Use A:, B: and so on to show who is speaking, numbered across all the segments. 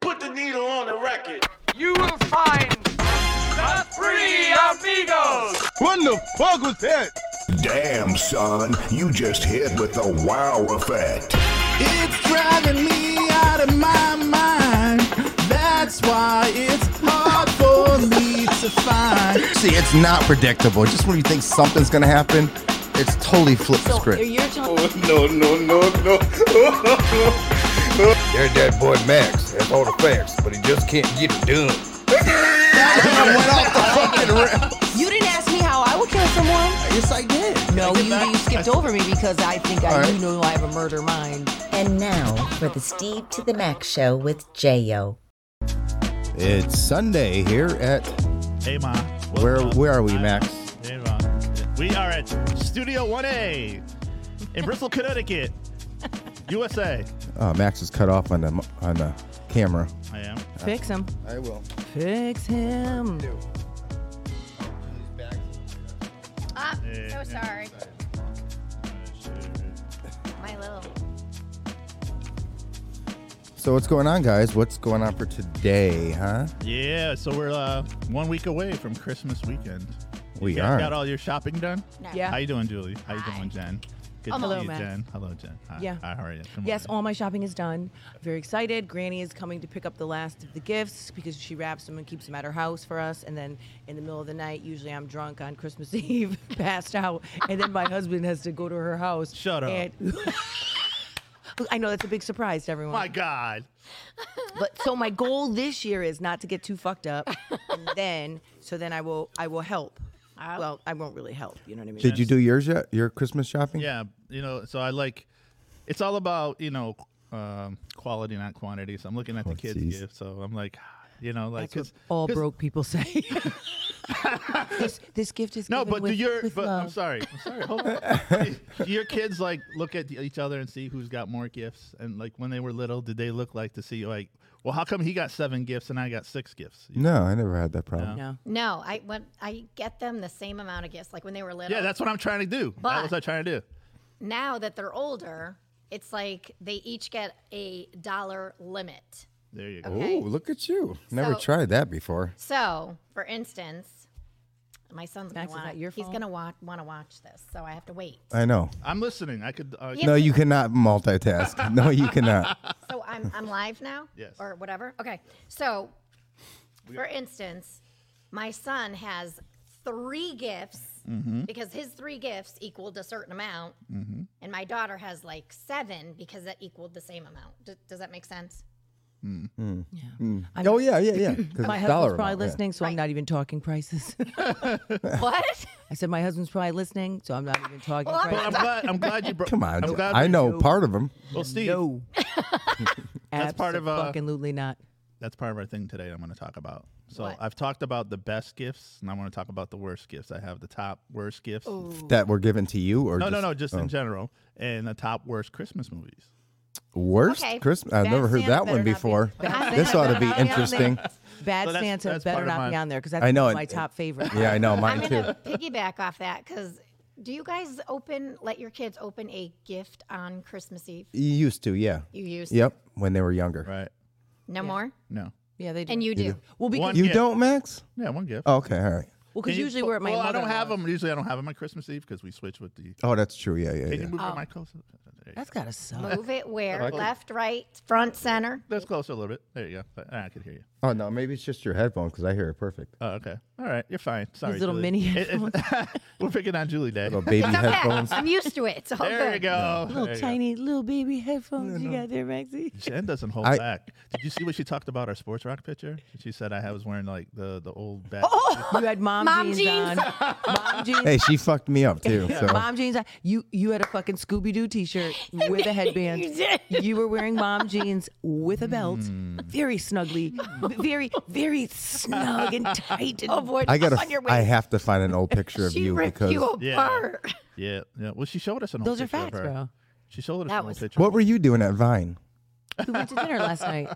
A: put the needle on the record.
B: You will find the three amigos.
C: What the fuck was that?
D: Damn, son, you just hit with the wow effect.
E: It's driving me out of my mind. That's why it's hard for me to find.
C: See, it's not predictable. Just when you think something's gonna happen, it's totally flipped the
F: So
C: script.
F: you're telling
C: Oh,
G: There's that boy Max. That's all the facts, but he just can't get it done.
C: I went off the fucking rail.
F: you didn't ask me how I would kill someone.
C: Yes, I did.
F: No, you, you skipped over me because I think I
C: All
F: do know I have a murder mind.
H: And now for the Steve to the Max show with J.O.
C: It's Sunday here at
I: Hey, Ma. Welcome
C: where?
I: up.
C: Where are we,
I: I'm-
C: Max?
I: Hey, Ma. We are at Studio 1A in Bristol, Connecticut, USA.
C: Oh, Max is cut off on the on the camera.
I: I am.
F: Fix him.
C: I will.
F: Fix him.
J: Ah,
I: Yeah, yeah.
J: so sorry. My little.
C: So what's going on, guys? What's going on for today, huh?
I: Yeah, so we're uh, one week away from Christmas weekend. You
C: We
I: guys
C: are.
I: Got all your shopping done?
J: No.
F: Yeah.
I: How you doing, Julie? How you doing, Jen? Good
F: Um,
I: to
F: hello,
I: see you,
F: Max.
I: Jen. Hello, Jen. Hi.
F: Yeah.
I: Hi, how are you? Good
F: Yes,
I: morning.
F: all my shopping is done. Very excited. Granny is coming to pick up the last of the gifts because she wraps them and keeps them at her house for us. And then in the middle of the night, usually I'm drunk on Christmas Eve, passed out, and then my husband has to go to her house.
I: Shut up.
F: And I know that's a big surprise to everyone.
I: Oh My God.
F: But so my goal this year is not to get too fucked up, and then so then I will I will help. well, I won't really help. You know what I mean?
C: Did you do yours yet? Your Christmas shopping?
I: Yeah, you know, so I like it's all about, you know, um, quality, not quantity. So I'm looking at the
C: Oh,
I: kids'
C: geez.
I: gifts. So I'm like, you know, like,
F: That's what
I: 'cause-
F: all
I: 'cause-
F: broke people say. this, this gift is
I: No,
F: given
I: but do
F: with,
I: your,
F: with
I: but I'm
F: love.
I: sorry. I'm sorry. Hold on. Do your kids like look at each other and see who's got more gifts. And like when they were little, did they look like to see, like, well, how come he got seven gifts and I got six gifts? You
C: No, I never had that problem.
F: No.
J: No, I when I get them the same amount of gifts like when they were little.
I: Yeah, that's what I'm trying to do. that
J: But-
I: was what I'm trying to do.
J: now that they're older, it's like they each get a dollar limit.
I: There you go.
J: Okay.
C: Oh, look at you! Never
J: So-
C: tried that before.
J: So, for instance, my son's gonna
F: Max, is that
J: want
F: your
J: he's
F: phone?
J: gonna want want to watch this, so I have to wait.
C: I know.
I: I'm listening. I could. Uh,
C: No, you cannot multitask. No, you cannot.
J: So I'm I'm live now?
I: Yes.
J: Or whatever. Okay. So for instance, my son has three gifts because his three gifts equaled a certain amount. And my daughter has like seven because that equaled the same amount. D- does that make sense?
C: Oh yeah, yeah, yeah. 'cause
F: My
C: it's
F: husband's
C: dollar
F: probably
C: amount, yeah.
F: listening, so I'm not even talking prices.
J: what?
F: I said my husband's probably listening, so I'm not even talking
J: Well, I'm
I: But I'm
F: prices.
I: glad. I'm glad you brought.
C: Come on,
I: I'm glad
C: I
I: we-
C: know part of them.
I: Well, Steve,
F: No. That's
I: part of, uh,
F: absolutely not.
I: that's part of our thing today. I'm going to talk about. So
J: What?
I: I've talked about the best gifts, and I want to talk about the worst gifts. I have the top worst gifts.
C: that were given to you, or
I: no,
C: just oh.
I: no, no, just in general, and the top worst Christmas movies.
C: worst
J: Okay.
C: Christmas. I've
F: Bad
C: never heard
F: Santa
C: that
F: better
C: one
F: not be-
C: before.
F: Bad
C: this
F: Santa
C: ought to
F: better
C: be
F: not be on there.
C: interesting.
F: Bad
I: So that's-
F: Santa
I: that's
F: better
I: part of
F: not be
I: mine.
F: on there because that's
C: I know
F: one
C: it-
F: of my top favorite.
C: Yeah, I know
J: I'm
C: mine too.
J: gonna piggyback off that because do you guys open let your kids open a gift on Christmas Eve?
C: You used to, yeah.
J: You used to.
C: Yep, when they were younger.
I: Right?
J: No more?
I: No.
F: Yeah, they do.
J: And you do.
F: well, because,
I: One
C: You
I: gift.
C: don't, Max?
I: Yeah, one gift.
C: Oh, okay, all right.
F: well, 'cause
I: Can you-
F: usually we're at my
I: Well, I don't have
F: mother-in-law's.
I: them. Usually, I don't have them on Christmas Eve because we switch with the.
C: Oh, that's true. Yeah, yeah,
I: Can
C: yeah.
I: you move
F: Oh.
I: the mic closer? There you go.
F: That's gotta suck.
J: Move it where? Left, right, front, center.
I: That's closer a little bit. There you go. Ah, I could hear you.
C: Oh no, maybe it's just your headphone because I hear it perfect.
I: Oh, okay. All right. You're fine. Sorry.
F: little
I: Julie.
F: mini
I: It- it- we're picking on Julie Day.
C: Little baby
J: It's okay.
C: headphones.
J: I'm used to it. It's all
I: There you
J: good.
I: go. There
F: Little
I: you go.
F: tiny little baby headphones you got there, Maxie.
I: Jen doesn't hold
C: I-
I: back. Did you see what she talked about our sports rock picture? She said I was wearing like the the old bat.
F: You had mom,
J: Mom
F: jeans,
J: jeans.
F: on. Mom jeans.
C: Hey, she fucked me up too. So
F: Mom jeans. on. You you had a fucking Scooby Doo t shirt with a headband.
J: You did.
F: You were wearing mom jeans with a belt,
C: Hmm.
F: very snugly, very very snug and tight. And
J: Avoid
C: I gotta.
J: up on your
C: I
J: waist.
C: have to find an old picture of
J: She
C: you
J: ripped
C: because.
J: you
I: Yeah.
J: apart.
I: Yeah, yeah. Well, she showed us an old
F: Those are
I: picture of
F: facts,
I: her.
F: bro.
I: She showed us
J: That
I: an old
J: was-
I: picture.
C: What were you doing at Vine?
F: We went to dinner last night.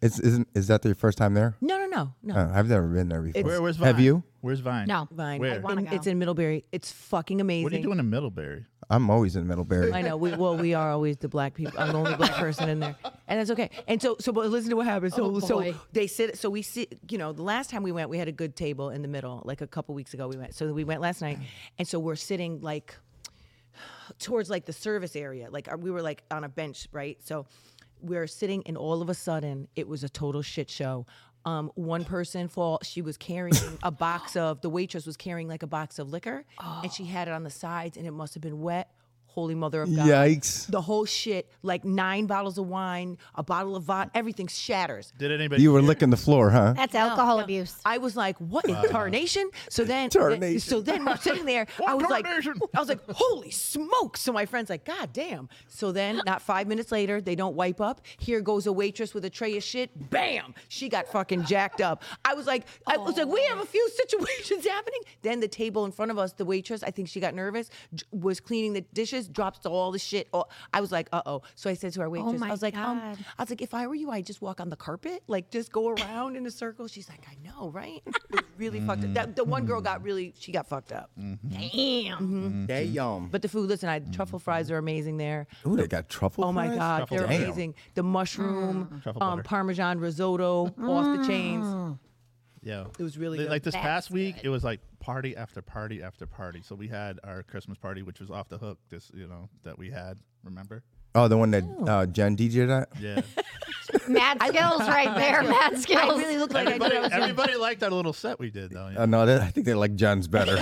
C: Is isn't is that your first time there?
F: No, no, no, no.
C: Uh, I've never been there before.
I: Where was Vine?
C: Have you?
I: Where's Vine?
J: No.
F: Vine.
I: Where?
J: wanna
F: In-
J: go.
F: It's in Middlebury. It's fucking amazing.
I: What are you doing in Middlebury?
C: I'm always in Middlebury.
F: I know. We well, we are always the black people. I'm the only black person in there, and that's okay. And so, so but listen to what happened. So,
J: Oh,
F: so
J: boy.
F: they sit. So we sit. You know, the last time we went, we had a good table in the middle. Like a couple weeks ago, we went. So we went last night, and so we're sitting like towards like the service area. Like uh, we were like on a bench, right? So we're sitting, and all of a sudden, it was a total shit show. Um, one person fall. She was carrying a box of the waitress was carrying like a box of liquor, and she had it on the sides, and it must have been wet. Holy mother of God!
C: Yikes.
F: The whole shit, like nine bottles of wine, a bottle of vodka, everything shatters.
I: Did anybody?
C: You were licking the floor, huh?
J: That's alcohol abuse.
F: I was like, "What is tarnation?" So then,
C: Tarnation.
F: so then we're sitting there. I
I: What
F: was like,
I: tarnation?
F: "I was like, holy smoke!" So my friend's like, "God damn!" So then, not five minutes later, they don't wipe up. Here goes a waitress with a tray of shit. Bam! She got fucking jacked up. I was like, I was like, we have a few situations happening. Then the table in front of us, the waitress, I think she got nervous, j- was cleaning the dishes, drops all the shit. all- I was like, "Uh oh!" So I said to our waitress,
J: my
F: "I was like, um,
J: God.
F: I was like, if I were you, I'd just walk on the carpet, like just go around in a circle. She's like, I know, right? It was really fucked up. That, the one girl got really, she got fucked up.
J: Damn.
C: Damn.
F: But the food, listen, I truffle fries are amazing there.
C: Mm-hmm. Ooh, they got truffle. Mm.
F: Oh my
C: Mm-hmm. fries?
F: God,
I: Truffle
F: they're
I: butter.
F: amazing. The mushroom,
I: Truffle
F: um,
I: butter.
F: Parmesan risotto, off the
C: Mm.
F: chains.
I: Yeah,
F: It was really
I: Like-
F: good.
I: Like this
J: That's
I: past week,
J: good.
I: it was like party after party after party. So we had our Christmas party, which was off the hook. This, you know, that we had. Remember?
C: Oh, the one that uh, Jen DJ'd at?
I: Yeah.
C: Mm-hmm.
J: Mad skills right there. Mad
F: I
J: skills.
F: really look like I
I: everybody,
F: did. I was in-
I: everybody liked our little set we did, though.
C: Uh, no, that, I think they like Jen's better.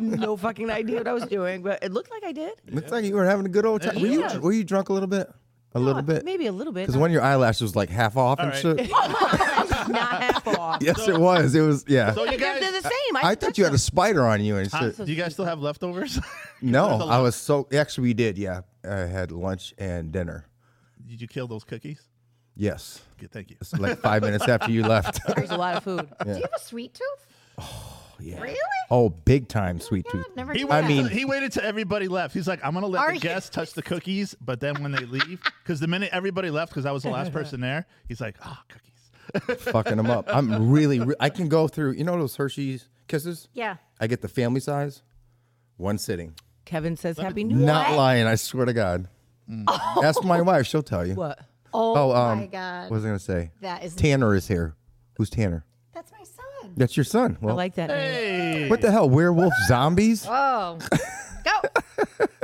F: no fucking idea what I was doing, but it looked like I did.
C: Looks like you were having a good old time. Were you were you drunk a little bit? A little bit.
F: Maybe a little bit.
C: Because one of your eyelashes was like half off and
I: All
C: shit.
F: not half off.
C: Yes, it was. It was. Yeah.
I: So you
F: They're
I: guys,
F: the same. I,
C: I thought you had a spider on you and
I: Huh?
C: shit.
I: do you guys still have leftovers?
C: No, I was so. Actually, we did. Yeah, I had lunch and dinner.
I: did you kill those cookies?
C: Yes,
I: Good, thank you.
C: It's like five minutes after you left.
F: There's a lot of food.
J: Do you have a sweet tooth?
C: yeah.
J: Really?
C: Oh, big time, sweet
J: Yeah,
C: tooth.
J: I've never
I: He
J: knew
I: waited,
J: that.
C: mean-
I: he waited till everybody left. He's like, I'm gonna let
J: Are
I: the
J: you-
I: guests touch the cookies, but then when they leave, because the minute everybody left, because I was the last person there, he's like, ah, cookies.
C: Fucking them up. I'm really. Re- I can go through. You know those Hershey's kisses?
J: yeah.
C: I get the family size, one sitting.
F: Kevin says Happy New Year.
C: Not lying. I swear to God. Ask my wife. She'll tell you.
F: What?
J: Oh,
C: Oh, um,
J: my God.
C: What was I gonna say?
J: That is-
C: Tanner is here. Who's Tanner?
J: That's my son.
C: That's your son.
F: I
C: Well,
F: like that. name.
I: Hey,
C: what the hell? Werewolf zombies?
J: Oh. Go.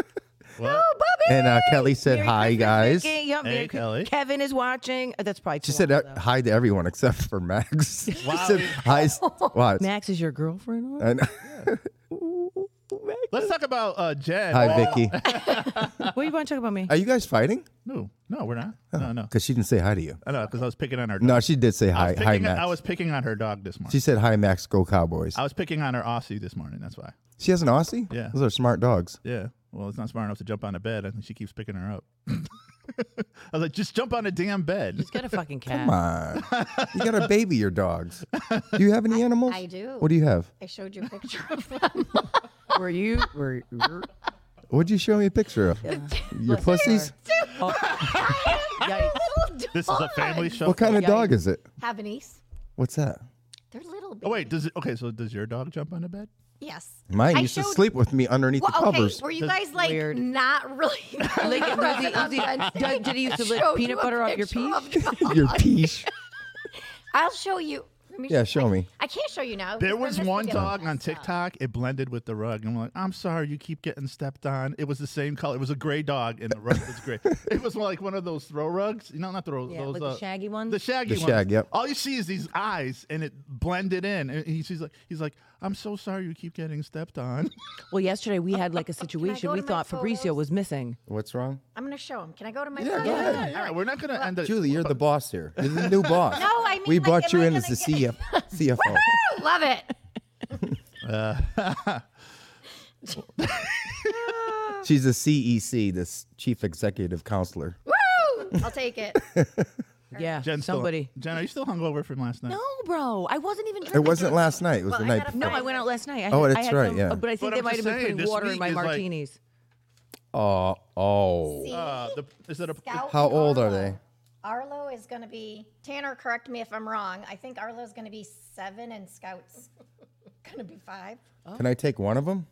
I: Well,
C: And uh, Kelly said
F: Merry
C: hi,
F: Christmas,
C: guys.
F: Mickey. Yep,
I: Hey,
F: Merry Chris-
I: Kelly.
F: Kevin is watching. Uh, That's probably
C: She
F: too
C: said
F: long,
C: uh, hi to everyone except for Max. She
I: Wow.
C: said hi. s- Watch.
F: though. Max is your girlfriend.
C: And-
I: let's talk about uh, Jen.
C: hi, Vicky.
F: what you want to talk about me?
C: Are you guys fighting?
I: No, no, we're not. No, no,
C: Because she didn't say hi to you.
I: I know because I was picking on her. Dog.
C: Uh-huh. No, she did say
I: I was
C: hi.
I: picking,
C: Hi, Max.
I: I was picking on her dog this morning.
C: she said hi, Max. Go Cowboys.
I: I was picking on her Aussie this morning. That's why.
C: She has an Aussie.
I: Yeah.
C: Those are smart dogs.
I: Yeah. Well, it's not smart enough to jump on a bed. I think she keeps picking her up. I was like, just jump on a damn bed.
F: Just get a fucking cat.
C: Uh, you gotta baby your dogs. Do you have any animals?
J: I do.
C: What do you have?
J: I showed you a picture of them.
F: Were you? Were, were
C: What'd you show me a picture of? Your pussies?
F: yikes.
J: Little dog.
I: This is a family show.
C: What kind of
F: Yikes.
C: dog is it?
J: Havanese.
C: What's that?
J: They're little.
I: Oh wait, does it? Okay, so does your dog jump on a bed?
J: Yes.
C: Mine
J: I
C: used to
J: showed-
C: sleep with me underneath
J: Well,
C: the
J: okay.
C: covers.
J: Were you guys like
F: Weird.
J: not really?
F: Lick it, was he- was he- Doug, did he used to lick
J: Showed
F: peanut
J: you a
F: butter off your
J: picture
F: peach?
J: of dog.
C: Your peach.
J: I'll show you. Let me
C: Yeah, show me.
J: I can't show you now.
I: There
J: because my
I: was
J: wrist will
I: one
J: get
I: dog on
J: messed up.
I: TikTok. It blended with the rug. I'm like, I'm sorry, you keep getting stepped on. It was the same color. It was a gray dog, and the rug was gray. It was like one of those throw rugs. You know, not throw.
F: Yeah,
I: those,
F: like the
I: uh,
F: shaggy ones?
I: The shaggy
C: The
I: ones.
C: shag, yep.
I: All you see is these eyes, and it blended in. And he's, he's like, he's like, I'm so sorry, you keep getting stepped on.
F: Well, yesterday we had like a situation.
J: go
F: We
J: to my
F: thought Fabrizio
J: photos?
F: was missing.
C: What's wrong?
J: I'm gonna show him. Can I go to my?
C: Yeah,
J: phone?
C: go ahead.
I: yeah, we're not gonna end up.
C: Julie, you're the boss here. You're the new boss.
J: No, I mean,
C: we
J: like,
C: brought
J: am
C: you
J: I
C: in as the
J: gonna
C: CF- CFO.
J: Love it.
C: She's the CEC, the s- Chief Executive Counselor.
J: Woo! I'll take it.
F: Yeah,
I: Jen's still-
F: somebody.
I: Jen, are you still hungover from last night?
F: No, bro, I wasn't even.
C: It
F: drinking.
C: wasn't last night. It was
J: Well,
C: the
J: I
C: night.
J: gotta
C: before.
F: No, I went out last night. I
C: Oh,
F: had- I
C: that's
F: had
C: right,
F: some- uh,
C: yeah.
F: But I think
I: But
F: they
I: I'm
F: might
I: just
F: have been
I: saying,
F: putting
I: this
F: water in
I: week
F: my
I: is like-
F: martinis.
C: Oh, oh.
I: Uh, the, is that a?
J: Scout
C: How
J: and
C: old are
J: Arlo.
C: they?
J: Arlo is gonna be Tanner. Correct me if I'm wrong. I think Arlo's gonna be seven, and Scout's gonna be five.
C: Can I take one of them?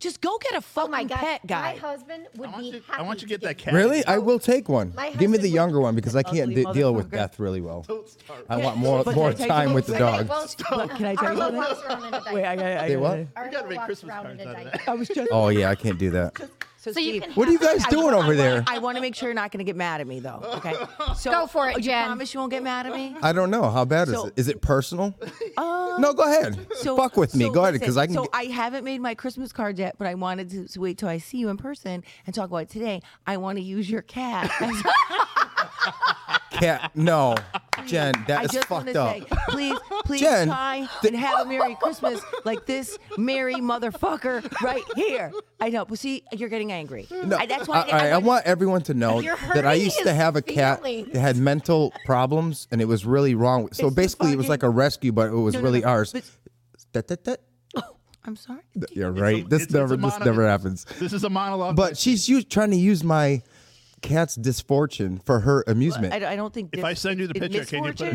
F: Just go get a
J: Oh
F: fucking
J: my god,
F: pet
J: my
F: guy.
J: husband would
I: I want
J: be
I: you.
J: happy.
I: I want you to get that
J: give-
I: cat.
C: Really? I will take one.
J: My
C: Give me
J: husband
C: the
J: would-
C: younger one because I can't
F: Ugly
C: de- deal with
F: motherfucker.
C: Beth really well.
I: Don't start.
C: I want more
F: But
C: more
F: can I take
C: time
F: you
C: with the
J: But it
C: dog.
J: won't stop.
F: Can I tell
J: Our
F: you
J: whole
F: something?
J: walks around in a diaper.
F: Wait, I, I, I,
C: Say what?
J: Our
I: We gotta
J: whole
I: make
J: walks
I: Christmas
J: around in
I: cards
J: a
I: out of
J: diaper.
I: that.
F: I was just.
C: Oh yeah, I can't do that.
F: So,
J: So you
F: Steve,
J: can
C: What are you guys doing over there?
F: I want to make sure you're not going to get mad at me, though. Okay. So
J: Go for it,
F: oh, you
J: Jen.
F: promise you won't get mad at me.
C: I don't know. How bad is
F: So-
C: it? Is it personal? no, go ahead. Fuck with me.
F: Uh, so
C: go ahead
F: listen,
C: because I can.
F: So
C: get-
F: I haven't made my Christmas card yet, but I wanted to, to wait till I see you in person and talk about it today. I want to use your cat. as-
C: can't. No, Jen,
F: I
C: that is
F: just want to
C: fucked up.
F: say, please, please
C: Jen,
F: try
C: th-
F: and have a Merry Christmas like this merry motherfucker right here. I know. But see, you're getting angry.
C: No,
F: I, that's
C: I,
F: why
C: I, I
F: wanted-
C: want everyone to know
J: You're
C: that I
J: hurting
C: used to
J: his
C: have a cat
J: feelings.
C: that had mental problems, and it was really wrong. So
F: It's the
C: basically, it was
F: fucking-
C: like a rescue, but it was
F: No, no,
C: really
F: no,
C: ours.
F: but-
C: That, that, that.
F: I'm sorry.
C: You're right.
I: a- it's-
C: this
I: it's
C: never,
I: a
C: this
I: mono-
C: never happens.
I: This is a monologue.
C: But she's u- trying to use my cat's misfortune for her amusement.
F: I, I don't think.
I: If
F: this-
I: I send you the
F: it-
I: picture, can you put it-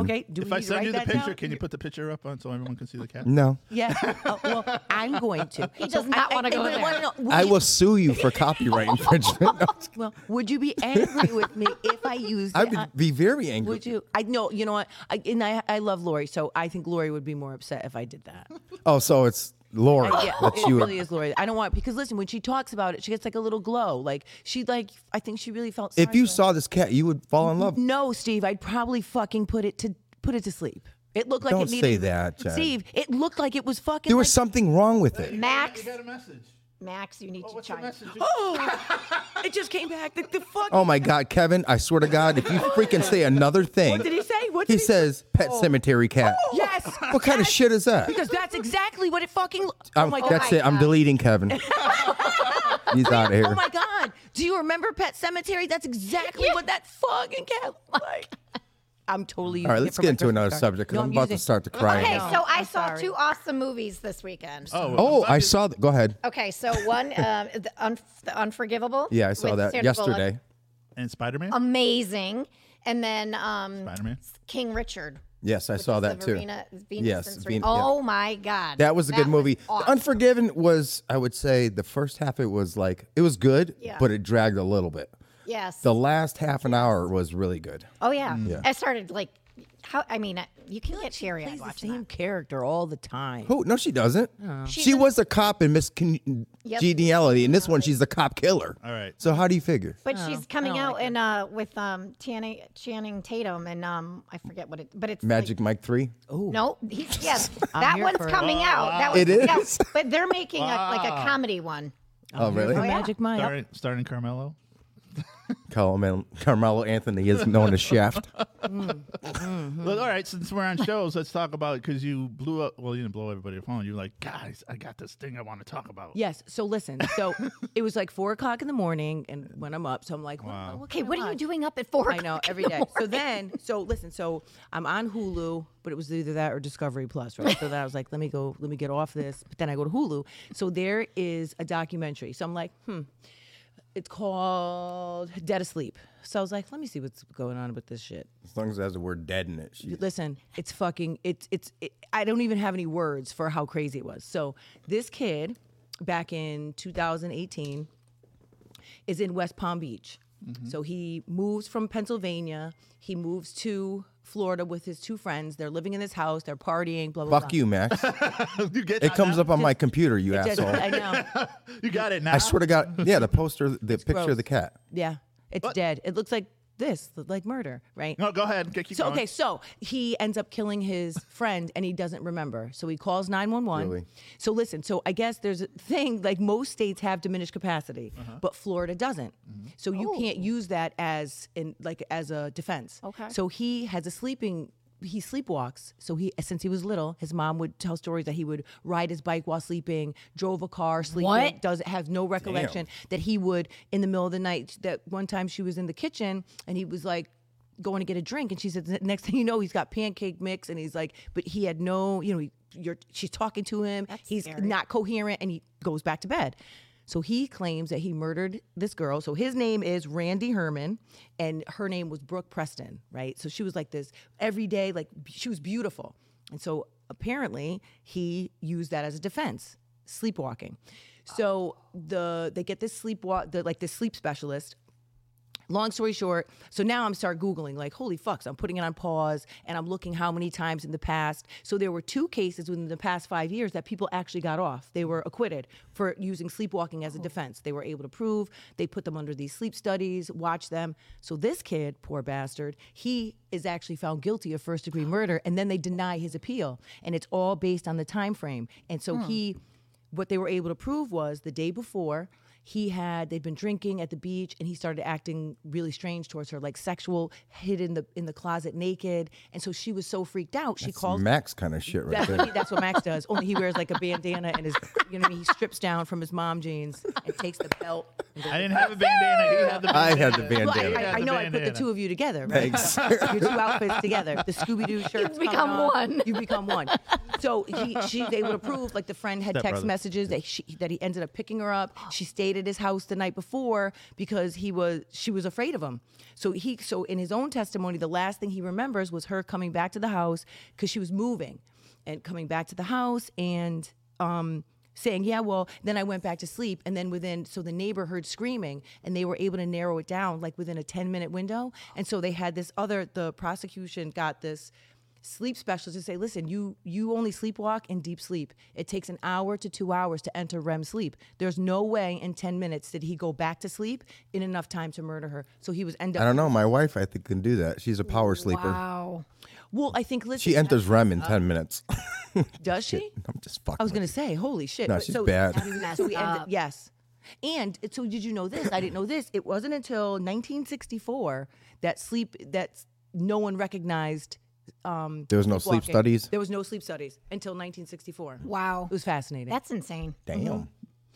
C: misfortune.
F: Okay. Do
I: if
F: we
I: I
F: need to
I: send
F: write
I: you the
F: that
I: picture,
F: down?
I: can you put the picture up on so everyone can see the cat?
C: No.
F: Yeah. Uh, well, I'm going to.
J: He does not wanna go there.
F: wanna know, would
C: I
F: you-
C: will sue you for copyright infringement. No,
F: Well, would you be angry with me if I used
C: I
F: it? on-
C: would be very angry.
F: would you? I know. You know what? I, and I, I love Lori, so I think Lori would be more upset if I did that.
C: Oh, so it's Laura.
F: yeah,
C: That's
F: it
C: you.
F: really is Lori. I don't want because listen, when she talks about it, she gets like a little glow. Like she like I think she really felt.
C: If
F: sorry
C: you
F: for her.
C: saw this cat, you would fall in love.
F: No, Steve, I'd probably fucking put it to put it to sleep. It looked like
C: Don't
F: it needed.
C: say that, Jen.
F: Steve. It looked like it was fucking.
C: There
F: like,
C: was something wrong with it.
J: Max,
I: a message.
J: Max, you need to
I: What's the
J: chime.
I: message?
F: it just came back. The, the fuck.
C: Oh my God, Kevin! I swear to God, if you freaking say another thing,
F: What did he say? What
C: he
F: did he say?
C: says pet cemetery cat.
F: Yes.
C: What kind of
F: yes,
C: shit is that?
F: Because that's exactly what it fucking.
C: I'm-
F: oh my god.
C: that's
J: my
C: it. I'm
J: God.
C: deleting Kevin. He's out of here.
F: Oh my god. Do you remember Pet Cemetery? That's exactly what that fucking cat
J: Oh
F: looked like. I'm totally.
C: All right, let's get into another subject because I'm, about to start to
F: Oh,
C: cry.
J: Okay,
F: No,
J: so I
F: I'm
J: saw
F: sorry.
J: two awesome movies this weekend.
I: Oh,
C: Oh,
I: I'm
C: I saw that. Go ahead.
F: Oh,
J: Okay, so one, um, the, un- the Unforgivable.
C: Yeah, I saw
J: with
C: that
J: Sandra Bullock.
C: yesterday.
I: And Spider Man.
J: Amazing. And then um,
I: Spider Man.
J: King Richard.
C: Yes, I
J: which
C: saw
J: is
C: that
J: the
C: too.
J: Verena- Venus
C: Yes,
J: and
C: Ven-
J: Serena.
C: yeah.
J: Oh my God.
C: That was a good movie. The
J: awesome.
C: Unforgiven was, I would say, the first half. It was like it was good,
J: Yeah.
C: but it dragged a little bit.
J: yes.
C: The Mm. last half an hour was really good.
J: oh yeah. I started like, how? I mean, I- you can get teary eyed
F: Plays the
J: watching
F: same
J: that.
F: character all the time.
C: Who? No, she doesn't.
J: She's
C: She
J: in-
C: was a cop in Miss Con-
J: Yep.
C: Geniality. In this one, she's the cop killer. All
I: right.
C: So how do you figure?
J: But she's
C: Oh,
J: coming out and uh, with um, Tanning, Channing Tatum and um, I forget what it, but it's like-
C: Magic Mike Three.
F: Oh.
J: No, he's, yes,
F: I'm
J: that
F: here
J: one's
F: for it.
J: coming out. That one's
C: It
J: coming out.
C: is?
J: but they're making a, like a comedy one.
C: Oh, really?
F: Her Magic Mike.
I: Starring, starring Carmelo.
C: Carmel- Carmelo Anthony is known as Shaft. Uh-huh.
I: Well, all right, since we're on shows, let's talk about it because you blew up. Well, you didn't blow everybody a phone. You're like, guys, I got this thing I want to talk about.
F: Yes. So listen. So it was like four o'clock in the morning, and when I'm up, so I'm like, what- what
J: Okay,
F: can I
J: what are you
F: watch?
J: doing up at four?
F: I know
J: o'clock in
F: every
J: the
F: day. So
J: morning?
F: then, so listen, so I'm on Hulu, but it was either that or Discovery Plus, right? So then I was like, let me go, let me get off this. But then I go to Hulu. So there is a documentary. So I'm like, hmm. It's called Dead Asleep. So I was like, let me see what's going on with this shit.
C: As long as it has the word "dead" in it. She,
F: Listen, it's fucking. It's it's. It, I don't even have any words for how crazy it was. So this kid, back in 2018, is in West Palm Beach.
C: Mm-hmm.
F: So he moves from Pennsylvania. He moves to Florida with his two friends. They're living in this house. They're partying. Blah blah.
C: fuck
F: blah.
C: you, Max.
I: you get
C: It comes up on my computer, you
F: Just-
C: asshole.
F: I know.
I: You got it now.
C: I swear to God. Yeah, the poster, the picture
F: gross.
C: of the cat.
F: Yeah, it's dead. It looks like this, like murder, right?
I: No, go ahead. Get, keep
F: So
I: going.
F: okay, so he ends up killing his friend, and he doesn't remember. So he calls nine one one.
C: Really?
F: So listen, so I guess there's a thing like most states have diminished capacity,
I: Uh-huh.
F: but Florida doesn't.
I: Mm-hmm.
F: So you can't use that as in like as a defense.
J: Okay.
F: So he has a sleeping. He sleepwalks. So he since he was little, his mom would tell stories that he would ride his bike while sleeping, drove a car sleeping,
J: What?
F: does have no recollection that he would in the middle of the night. That one time she was in the kitchen and he was like going to get a drink, and she said, "The "Next thing you know, he's got pancake mix," and he's like, "But he had no, you know, he, you're she's talking to him, he's not coherent, and he goes back to bed." So he claims that he murdered this girl. So his name is Randy Herman, and her name was Brooke Preston, right? So she was like this every day, like she was beautiful, and so apparently he used that as a defense sleepwalking. So the they get this sleepwalk the, like this sleep specialist long story short so now i'm start googling like holy fucks i'm putting it on pause and i'm looking how many times in the past so there were two cases within the past five years that people actually got off they were acquitted for using sleepwalking as a defense they were able to prove they put them under these sleep studies watch them so this kid poor bastard he is actually found guilty of first degree murder and then they deny his appeal and it's all based on the time frame and so he what they were able to prove was the day before he had they'd been drinking at the beach and he started acting really strange towards her like sexual hid in the in the closet naked and so she was so freaked out she called
C: Max kind of shit right there.
F: that- that's what Max does. Only he wears like a bandana and his, you know, what I mean? he strips down from his mom jeans and takes the belt. and goes-
I: I didn't have a bandana. He had the bandana.
C: I had the
F: Well, I,
C: bandana.
F: I- I
I: the
F: know I put the
I: bandana.
F: two of you together. Right?
C: Thanks.
F: Your two outfits together. The Scooby Doo shirts. come
J: become
F: on,
J: one.
F: You become one. So he, she, they would approve. Like the friend had text
I: brother.
F: messages that she, that he ended up picking her up. She stayed at his house the night before because he was she was afraid of him. So he so in his own testimony, the last thing he remembers was her coming back to the house because she was moving, and coming back to the house and. um saying, Yeah, well, then I went back to sleep. And then within, so the neighbor heard screaming and they were able to narrow it down like within a 10 minute window. And so they had this other, the prosecution got this sleep specialist to say listen you you only sleepwalk in deep sleep it takes an hour to two hours to enter rem sleep there's no way in 10 minutes did he go back to sleep in enough time to murder her so he was end
C: I
F: up
C: don't know. My wife, I think, can do that. She's a power sleeper.
J: Wow.
F: well i think listen
C: She enters REM in 10 minutes.
F: does she
C: I'm just fucking.
F: I was
C: with
F: gonna say, holy shit!
C: No,
F: But
C: she's bad.
F: we- so we ended- yes, and so did you know this? I didn't know this. It wasn't until 1964 that sleep that s- no one recognized. Um,
C: you. There was no Oh, sleep
F: sleepwalking.
C: studies.
F: There was no sleep studies until 1964.
J: Wow.
F: It was fascinating.
J: That's insane.
C: Damn.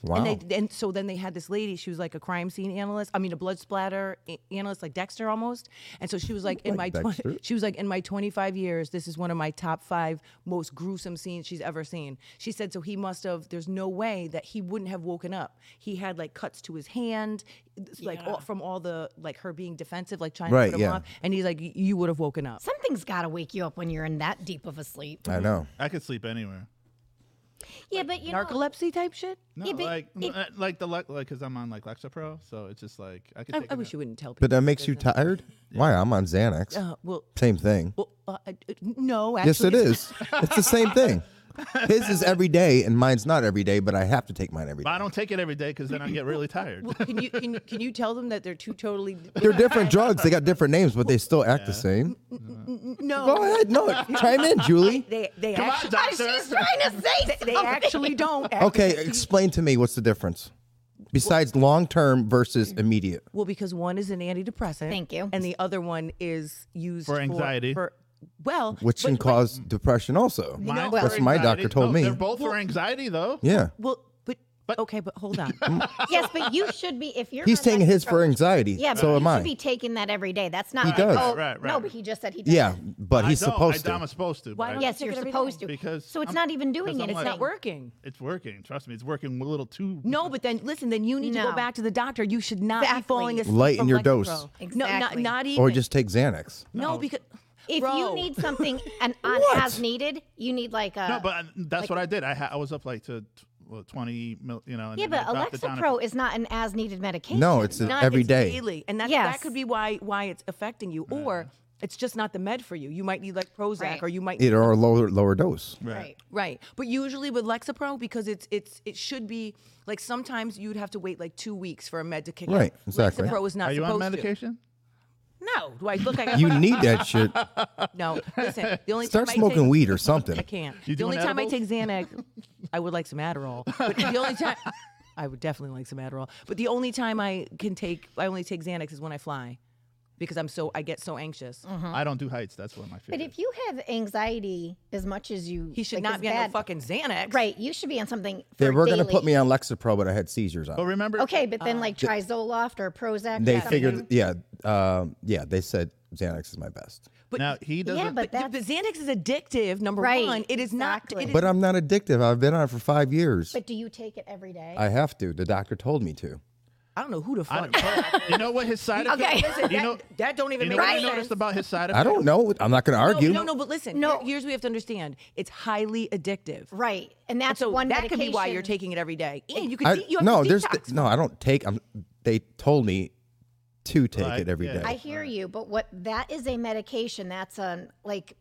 C: Wow.
F: And, they, and so then they had this lady. She was like a crime scene analyst. I mean, a blood splatter a- analyst, like Dexter almost. And so she was like, in
C: Like
F: my 20,
C: Dexter.
F: she was like, in my 25 years, this is one of my top five most gruesome scenes she's ever seen. She said, so he must have. There's no way that he wouldn't have woken up. He had like cuts to his hand, it's, like all, from all the like her being defensive, like trying
C: Right,
F: to put him
C: yeah.
F: off. And he's like, "Y- you would have woken up.
J: Something's got to wake you up when you're in that deep of a sleep.
C: I know.
I: I could sleep anywhere.
J: Yeah, but you know,
F: Narcolepsy type shit.
I: No,
J: Yeah, but
I: like
J: it-
I: uh, like the le- like because I'm on like Lexapro, so it's just like I could.
F: I,
I: Take
F: I wish you wouldn't tell people.
C: But that makes you tired? Why? I'm on Xanax.
F: uh, well,
C: Same thing.
F: well uh, uh, no, actually,
C: Yes, it is. It's the same thing. His is every day, and mine's not every day, but I have to take mine every
I: But
C: day.
I: I don't take it every day because then I get really tired.
F: Can you can, you- can you tell them that they're two totally
C: They're different drugs. They got different names, but they still act the same.
F: no
C: Go ahead. No, chime in, Julie.
F: They they
I: Come on,
F: actually,
I: doctor.
J: she's trying to say
F: they
J: something.
F: actually don't. act-
C: Okay, explain to me what's the difference besides long term versus immediate.
F: Well, because one is an antidepressant.
J: Thank you.
F: And the other one is used
I: For anxiety.
F: For, well,
C: which
F: but-
C: can
F: but-
C: cause depression also.
I: Mine's
J: Well-
I: for
J: That's
C: my
I: anxiety.
C: doctor told
I: No,
C: me.
I: They're both for anxiety though.
C: Yeah.
F: well, but, okay, but hold on.
J: yes, but you should be if you're.
C: He's
J: on
C: taking his
J: Lexapro-
C: for anxiety.
J: Yeah, but
C: so
J: you
C: am I.
J: should be taking that every day. That's not.
C: He
J: like,
C: does.
J: Oh,
I: Right, right.
J: No, but he just said he. Does.
C: yeah, but he's
I: I don't.
C: supposed
I: I,
C: to.
I: I'm supposed to.
F: Why
I: but
F: don't
I: I-
J: Yes,
F: Take
J: you're
F: it every
J: supposed
F: day.
J: to.
I: Because
J: so it's
I: I'm-
J: not even
I: because
J: doing it.
I: I'm
J: It's
I: like-
F: Not
J: not working.
F: working.
I: It's working. Trust me, it's working a little too.
F: No, but then listen. Then you need to
J: No.
F: go back to the doctor. You should not be
J: Exactly.
F: falling asleep.
C: Lighten
F: from
C: your
F: Lexapro.
C: dose.
F: No, not,
J: Exactly.
F: not even.
C: or just take Xanax.
F: no, because
J: If you
F: Bro.
J: need something and on as needed, you need like a.
I: No, but I- that's what I did. I ha- I was up like to t- well, twenty mil, you know. And
J: yeah,
I: then
J: but
I: I dropped it down
J: Alexapro is not an as needed medication.
C: No, it's an
J: Not-
C: every
F: it's
C: day.
F: daily, and that
J: Yes.
F: that could be why why it's affecting you, or it's just not the med for you. You might need like Prozac,
J: Right.
F: or you might
C: It or a lower lower dose.
J: Right.
F: Right. But usually with Lexapro, because it's it's it should be like sometimes you'd have to wait like two weeks for a med to kick in.
C: Right, exactly.
F: Lexapro is not
I: Are you
F: supposed
I: on medication?
F: to. No. Do I look like
C: You need that shit.
F: No. Listen, the only
C: Start
F: time
C: smoking
F: I take,
C: weed or something.
F: I can't.
I: You
F: the
I: doing
F: only time I take
I: edibles?
F: Xanax, I would like some Adderall. But the only time I would definitely like some Adderall. But the only time I can take I only take Xanax is when I fly. Because I'm so I get so anxious.
J: Mm-hmm.
I: I don't do heights. That's what my fear.
J: Uh-huh. But
I: is.
J: if you have anxiety as much as you,
F: He should
J: like,
F: not
J: as
F: be on no
J: bad-
F: fucking Xanax.
J: Right. You should be on something.
C: They
J: for
C: were going to
J: daily.
C: put me on Lexapro, but I had seizures
I: But
C: on. it.
I: remember,
J: Okay, but
F: Uh,
J: then like try Zoloft or Prozac. or
C: They
J: something.
C: figured, yeah, um, yeah. They said Xanax is my best,
F: But
I: now he doesn't.
J: Yeah, but
F: but
J: that's
F: Xanax is addictive, number
J: Right,
F: one. It is not
J: exactly.
F: it is
C: but I'm not addictive. I've been on it for five years.
J: But do you take it every day?
C: I have to. The doctor told me to.
F: I don't know who the
I: I
F: fuck.
I: don't- you know what his side effect?
J: Okay.
F: Listen,
I: You
F: that-
I: know,
F: that don't even
I: you know
F: make
I: what I
F: any
I: noticed
F: sense.
I: about his side effect?
C: I don't know. I'm not going to argue.
F: No, no, but listen.
J: No.
F: Here's what we have to understand. It's highly addictive.
J: Right. And that's
F: so
J: one
F: that could be why you're
J: medication-
F: taking it every day. And you could
C: I,
F: de- you have
C: no,
F: to
C: there's
F: detox.
C: no. I don't take. I'm, they told me to take
I: Right,
C: it every day.
I: yeah.
J: I hear you, but what that is a medication that's on like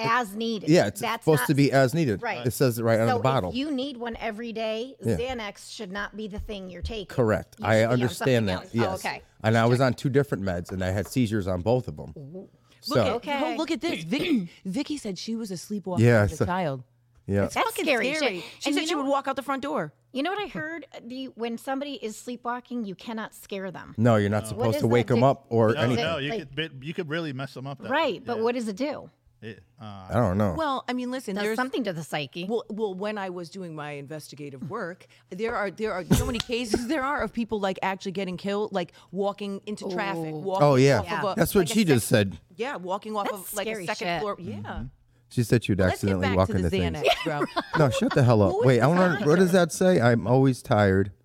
J: as needed.
C: yeah, it's
J: that's
C: supposed
J: not-
C: to be as needed.
J: Right.
C: It says it right on
J: So
C: the bottle.
J: if you need one every day,
C: Yeah.
J: Xanax should not be the thing you're taking.
C: Correct.
J: You should
C: I
J: be on
C: understand that.
J: something
C: Yes.
J: else. Oh, okay.
C: And I was on two different meds, and I had seizures on both of them.
F: Look at,
C: So
J: Okay.
F: oh, look at this. Vicky, Vicky said she was a sleepwalker
C: Yeah,
F: as a
C: so-
F: child.
C: yeah,
F: It's
J: That's
F: fucking
J: scary
F: scary.
J: shit.
F: She
J: And
F: said
J: you
F: she
J: know-
F: would walk out the front door.
J: You know what I heard? Uh, The, when somebody is sleepwalking, you cannot scare them.
C: no, you're not supposed to
J: is that
C: wake them
J: dic-
C: up or
I: No,
C: anything.
I: no, you
J: Like-
I: could but you could really mess them up. That
J: Right,
I: way.
J: but
I: Yeah.
J: what does it do?
I: It, uh,
C: I don't know.
F: Well, I mean, listen,
J: Does
F: there's
J: something to the psyche.
F: Well, well, when I was doing my investigative work, there are there are so many cases there are of people like actually getting killed, like walking into traffic. Walking
C: oh yeah,
F: off of a,
C: that's what
F: like a
C: she Mm-hmm.
F: sec-
C: just said.
F: Yeah, walking off
J: That's
F: of like a
J: scary
F: second
J: shit.
F: floor. Yeah,
C: She said you'd
F: let's get
C: accidentally
F: back
C: walk
F: to the
C: into things.
F: Xanax, bro.
C: No, shut the hell up.
F: Who is
C: Wait, I
F: the
C: want to. What does that say? I'm always tired.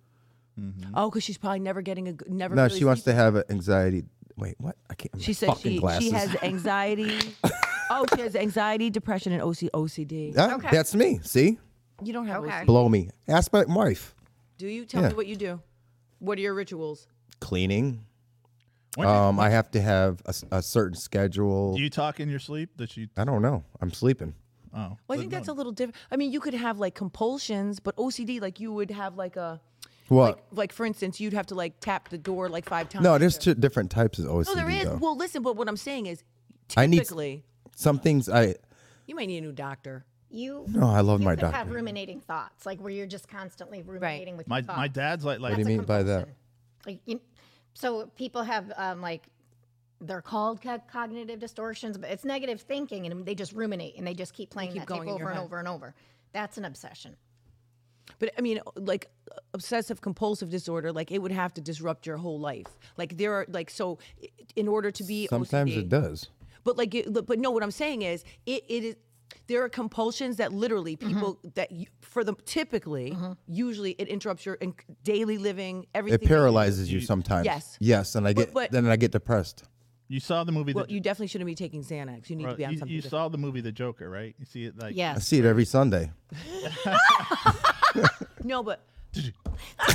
F: oh, because she's probably never getting a g- never.
C: No,
F: really
C: she wants
F: sleep-
C: to have an anxiety. Wait, what? I can't.
F: She said
C: fucking
F: she
C: glasses.
F: she has anxiety. oh, she has anxiety, depression, and OC, OCD.
C: Ah,
J: Okay.
C: That's me. See,
F: You don't have
J: Okay.
F: OCD,
C: blow me. Ask my wife.
F: do you? Tell
C: Yeah.
F: me what you do. What are your rituals?
C: Cleaning.
I: when you-
C: Um, I have to have a, s- a certain schedule.
I: do you talk in your sleep? That you?
C: I don't know. I'm sleeping.
I: Oh,
F: Well, I think that's a little different. I mean, you could have like compulsions, but OCD, like you would have like a
C: What?
F: like for instance, you'd have to like tap the door like five times.
C: no, there's two different types of OCD.
F: no, there is.
C: Though.
F: Well, listen, but what I'm saying is,
C: I need-
F: typically,
C: Some things I.
F: you might need a new doctor.
J: you
C: No, I love
J: you
C: my
J: could have
C: doctor.
J: ruminating thoughts, like where you're just constantly ruminating with
I: my
J: your
I: my
J: thoughts.
I: dad's like like
C: What do you mean by that?
J: Like, you, so people have um, like they're called co- cognitive distortions, but it's negative thinking, and they just ruminate and they just keep playing
F: keep
J: that
F: going
J: tape
F: in your
J: over and
F: head.
J: over and over. That's an obsession.
F: But I mean, like obsessive compulsive disorder, like it would have to disrupt your whole life. Like there are like so, i- in order to be
C: Sometimes
F: OCD,
C: it does.
F: But like, it, but no, what I'm saying is, it, it is. There are compulsions that literally
C: Mm-hmm.
F: people that you, for them typically, usually it interrupts your in- daily living. Everything.
C: It
F: that you do.
C: paralyzes you sometimes.
F: Yes.
C: Yes, and I get
F: but-
C: then I get depressed.
I: you saw the movie.
F: Well,
I: the,
F: you definitely shouldn't be taking Xanax. You need to
I: Bro,
F: be on
I: you,
F: something.
I: you
F: different.
I: saw the movie The Joker, right? You see it like
C: I
J: Yes.
C: see it every Sunday.
F: no, but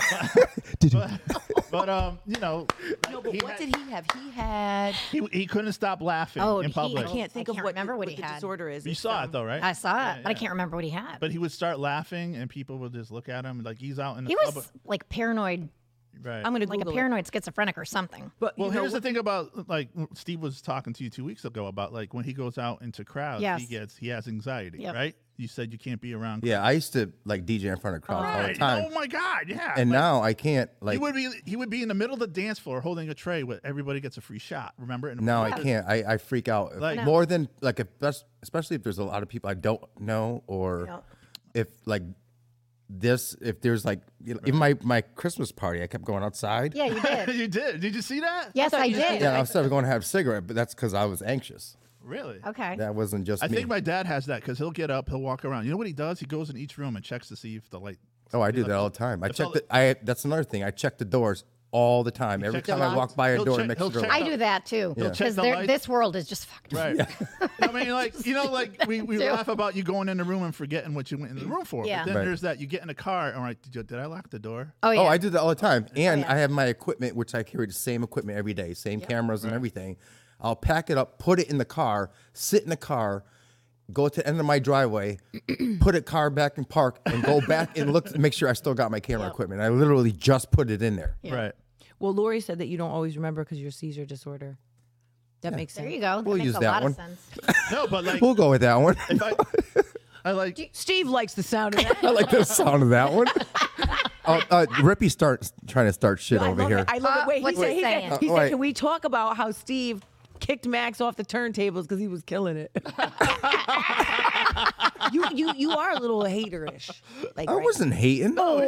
I: But um, you know,
F: no,
I: like,
F: but
I: he
F: what
I: had-
F: did he have? He had.
I: he, he couldn't stop laughing
J: Oh,
I: in
J: he-
I: public.
F: I can't think
J: I
F: of
J: can't
F: what the-
J: remember what he
F: the
J: had.
F: disorder is.
I: You
F: It's,
I: saw
F: um,
I: it though, right?
J: I saw it,
I: Yeah,
J: but I
I: yeah.
J: can't remember what he had.
I: But he would start laughing, and people would just look at him, like he's out in the
J: he
I: club.
J: was like paranoid,
I: right.
F: I'm gonna
J: like
F: Google
J: a paranoid schizophrenic or something.
F: It. But you
I: Well,
F: know,
I: here's the thing about like Steve was talking to you two weeks ago about like when he goes out into crowds, he
J: Yes.
I: gets he has anxiety,
J: Yep.
I: right? You said you can't be around.
C: Yeah, I used to like DJ in front of crowds all the
I: Right.
C: time,
I: Oh my God! Yeah.
C: and
I: Like,
C: now I can't.
I: he
C: Like
I: would be he would be in the middle of the dance floor holding a tray with everybody gets a free shot. Remember? And
C: now I can't. I, I freak out If-
I: Like-
C: more than like if that's- especially if there's a lot of people I don't know or
J: Yep.
C: if like this if there's like you know, even my my Christmas party I kept going outside.
J: Yeah, you did.
I: you did. Did you see that?
J: yes, I did.
C: Yeah, I was going to have a cigarette, but that's because I was anxious.
I: Really?
J: Okay.
C: That wasn't just
I: I
C: me.
I: think my dad has that because he'll get up, he'll walk around. You know what he does? He goes in each room and checks to see if the light.
C: Oh, I do that all the time. I
I: That's
C: check
I: all-
C: the. I that's another thing. I check the doors all the time. Every
I: checks the
C: time I
I: locks.
C: walk by a
I: He'll
C: door,
I: check-
C: it makes
I: he'll
C: a door.
I: check
J: I do that too
I: check
J: because
I: the lights.
J: this world is just fucked. up.
I: Right. I mean, like you know, like we, we
J: too. Mm,
I: laugh about you going in the room and forgetting what you went in the room for.
J: Yeah.
I: But then
C: Right.
I: there's that you get in the car. All right, did, you, did I lock the door?
J: Oh yeah.
C: Oh, I do that all the time. And
J: yeah.
C: I have my equipment, which I carry the same equipment every day, same cameras and everything. I'll pack it up, put it in the car, sit in the car, go to the end of my driveway, put a car back in park, and go back and look make sure I still got my camera equipment. I literally just put it in there.
I: Right.
F: well, Lori said that you don't always remember because your seizure disorder. That makes sense.
J: There you go. That
C: We'll
J: makes
C: use
J: a
C: that
J: lot
C: one.
J: of sense.
I: No, but like
C: We'll go with that one.
I: if I, I like
F: Steve likes the sound of that.
C: I like the sound of that one. Oh, uh, Rippy starts trying to start shit
F: I
C: over
F: love
C: here.
F: It. I love
J: Uh,
F: it. Wait, he
J: what's
F: said,
J: he
F: he said-
J: saying?
F: he
C: Uh,
F: said,
C: wait.
F: can we talk about how Steve kicked Max off the turntables because he was killing it? you you you are a little haterish. Like
C: I
F: right
C: wasn't hating.
I: no,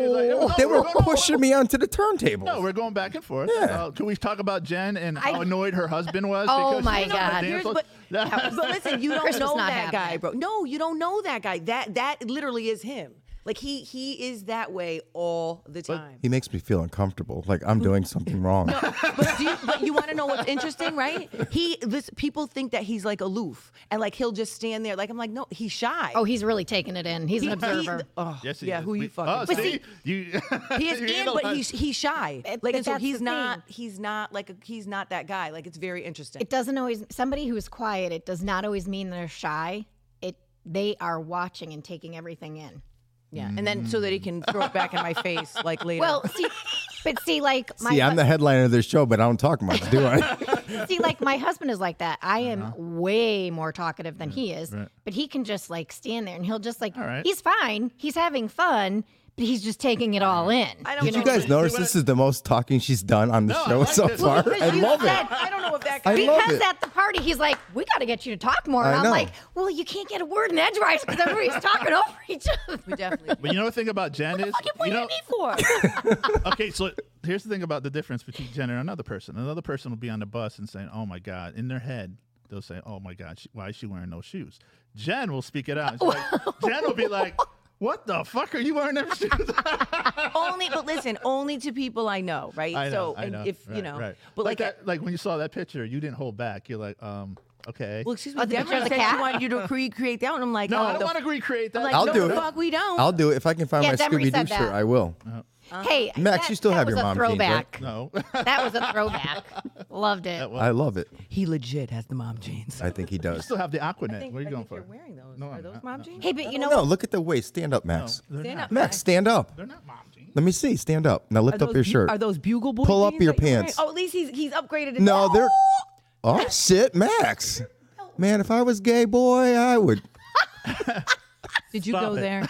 C: they were
I: no, no,
C: pushing me onto the turntables.
I: no, we're going back and forth.
C: Yeah.
I: Uh, can we talk about Jen and
J: I-
I: how annoyed her husband was?
J: Oh
I: because
J: my
I: she was on the
J: God.
I: dance
J: Here's
I: floor?
F: but,
I: No.
F: but listen, you don't
J: Christmas
F: know
J: not
F: that guy,
J: happening.
F: bro. No, you don't know that guy. That that literally is him. Like he he is that way all the time.
C: He makes me feel uncomfortable, like I'm doing something wrong.
F: but, do you, but you want to know what's interesting, right? He this people think that he's like aloof and like he'll just stand there. Like I'm like, no, he's shy.
J: Oh, he's really taking it in. He's
F: He-
J: an
F: he-
J: observer.
F: oh,
I: Yes, he
F: yeah,
I: is.
F: who
I: We-
F: you fucking?
I: Oh,
F: but
I: see,
F: see,
I: you.
F: he is
I: you
F: in, but
I: analyze-
F: he's he's shy.
J: It-
F: Like and so
J: that's
F: he's
J: the
F: not
J: thing.
F: he's not like a, he's not that guy. Like it's very interesting.
J: it doesn't always somebody who's quiet it does not always mean they're shy it they are watching and taking everything in
F: yeah, and then so that he can throw it back in my face like later.
J: well see but see like my
C: See, I'm the headliner of this show, but I don't talk much, do I?
J: hu- see like my husband is like that i am
C: Uh-huh.
J: way more talkative than he is
I: right.
J: but he can just like stand there and he'll just like
I: All right.
J: he's fine he's having fun but he's just taking it all in
F: I don't
C: Did
F: know
C: you guys
F: if-
C: notice this is the most talking she's done on the
I: No, I
C: show
I: like
C: so
I: this.
C: far?
J: Well,
C: I
J: you
C: love it.
J: said-
F: I don't know if that
C: I
F: guy.
C: love
J: because
C: it.
J: at the party he's like we got to get you to talk more
C: I
J: and i'm
C: know.
J: like well you can't get a word in edgewise because everybody's talking over each other
F: We definitely.
I: But you know the thing about Jen is,
J: what
I: you
J: are you
I: know,
J: pointing at me for
I: okay. So here's the thing about the difference between Jen and another person. Another person will be on the bus and saying, "Oh my god," in their head. They'll say, "Oh my God, she, why is she wearing those shoes?" Jen will speak it out. She's like- Jen will be like, "What the fuck are you wearing them shoes?"
F: only but listen only to people i know right
I: I know,
F: so
I: I
F: and
I: know.
F: if you
I: right,
F: know
I: right.
F: but like,
I: that, like when you saw that picture, you didn't hold back. You're like, um, okay.
F: well excuse me
J: Oh, the picture
F: Deborah
J: of the
F: said
J: cat?
F: she wanted you to recreate that and i'm like
I: no,
F: oh,
I: I don't
F: the
I: want to
F: f-
I: recreate that.
F: I'm like,
C: I'll
F: no,
C: do
F: the
C: it.
F: fuck we don't
C: I'll do it if I can find
J: Yeah,
C: my
J: Demery
C: Scooby Doo
J: said
C: shirt.
J: that.
C: I will.
J: Hey,
C: Max,
J: that-
C: you still
J: that
C: have
J: was
C: your
J: a
C: mom jeans, right?
J: throwback.
I: no.
J: That was a throwback. Loved it.
I: Well,
C: I love it.
F: he legit has the mom jeans
C: I think he
I: I
C: does.
I: still have the Aquanet.
F: I think,
I: what are you
F: I
I: going
F: think
I: for?
F: you're wearing those
I: No,
F: are
I: I'm
F: those
I: not,
F: mom
I: no.
F: jeans
J: Hey, but you know,
C: No, look at the waist. Stand up,
I: No,
C: Max.
I: they're
F: Stand
I: not.
F: up.
C: Max, stand up.
I: They're not mom jeans.
C: Let me see. Stand up. Now lift
F: Are
C: up
F: those
C: your
F: bu-
C: shirt.
F: are those bugle boy
C: Pull up
F: jeans
C: your
F: that you're wearing?
C: pants.
F: oh at least he's he's upgraded his-
C: No, they're. Oh shit, Max. Man, if I was gay, boy, I would.
F: did you go
I: it.
F: there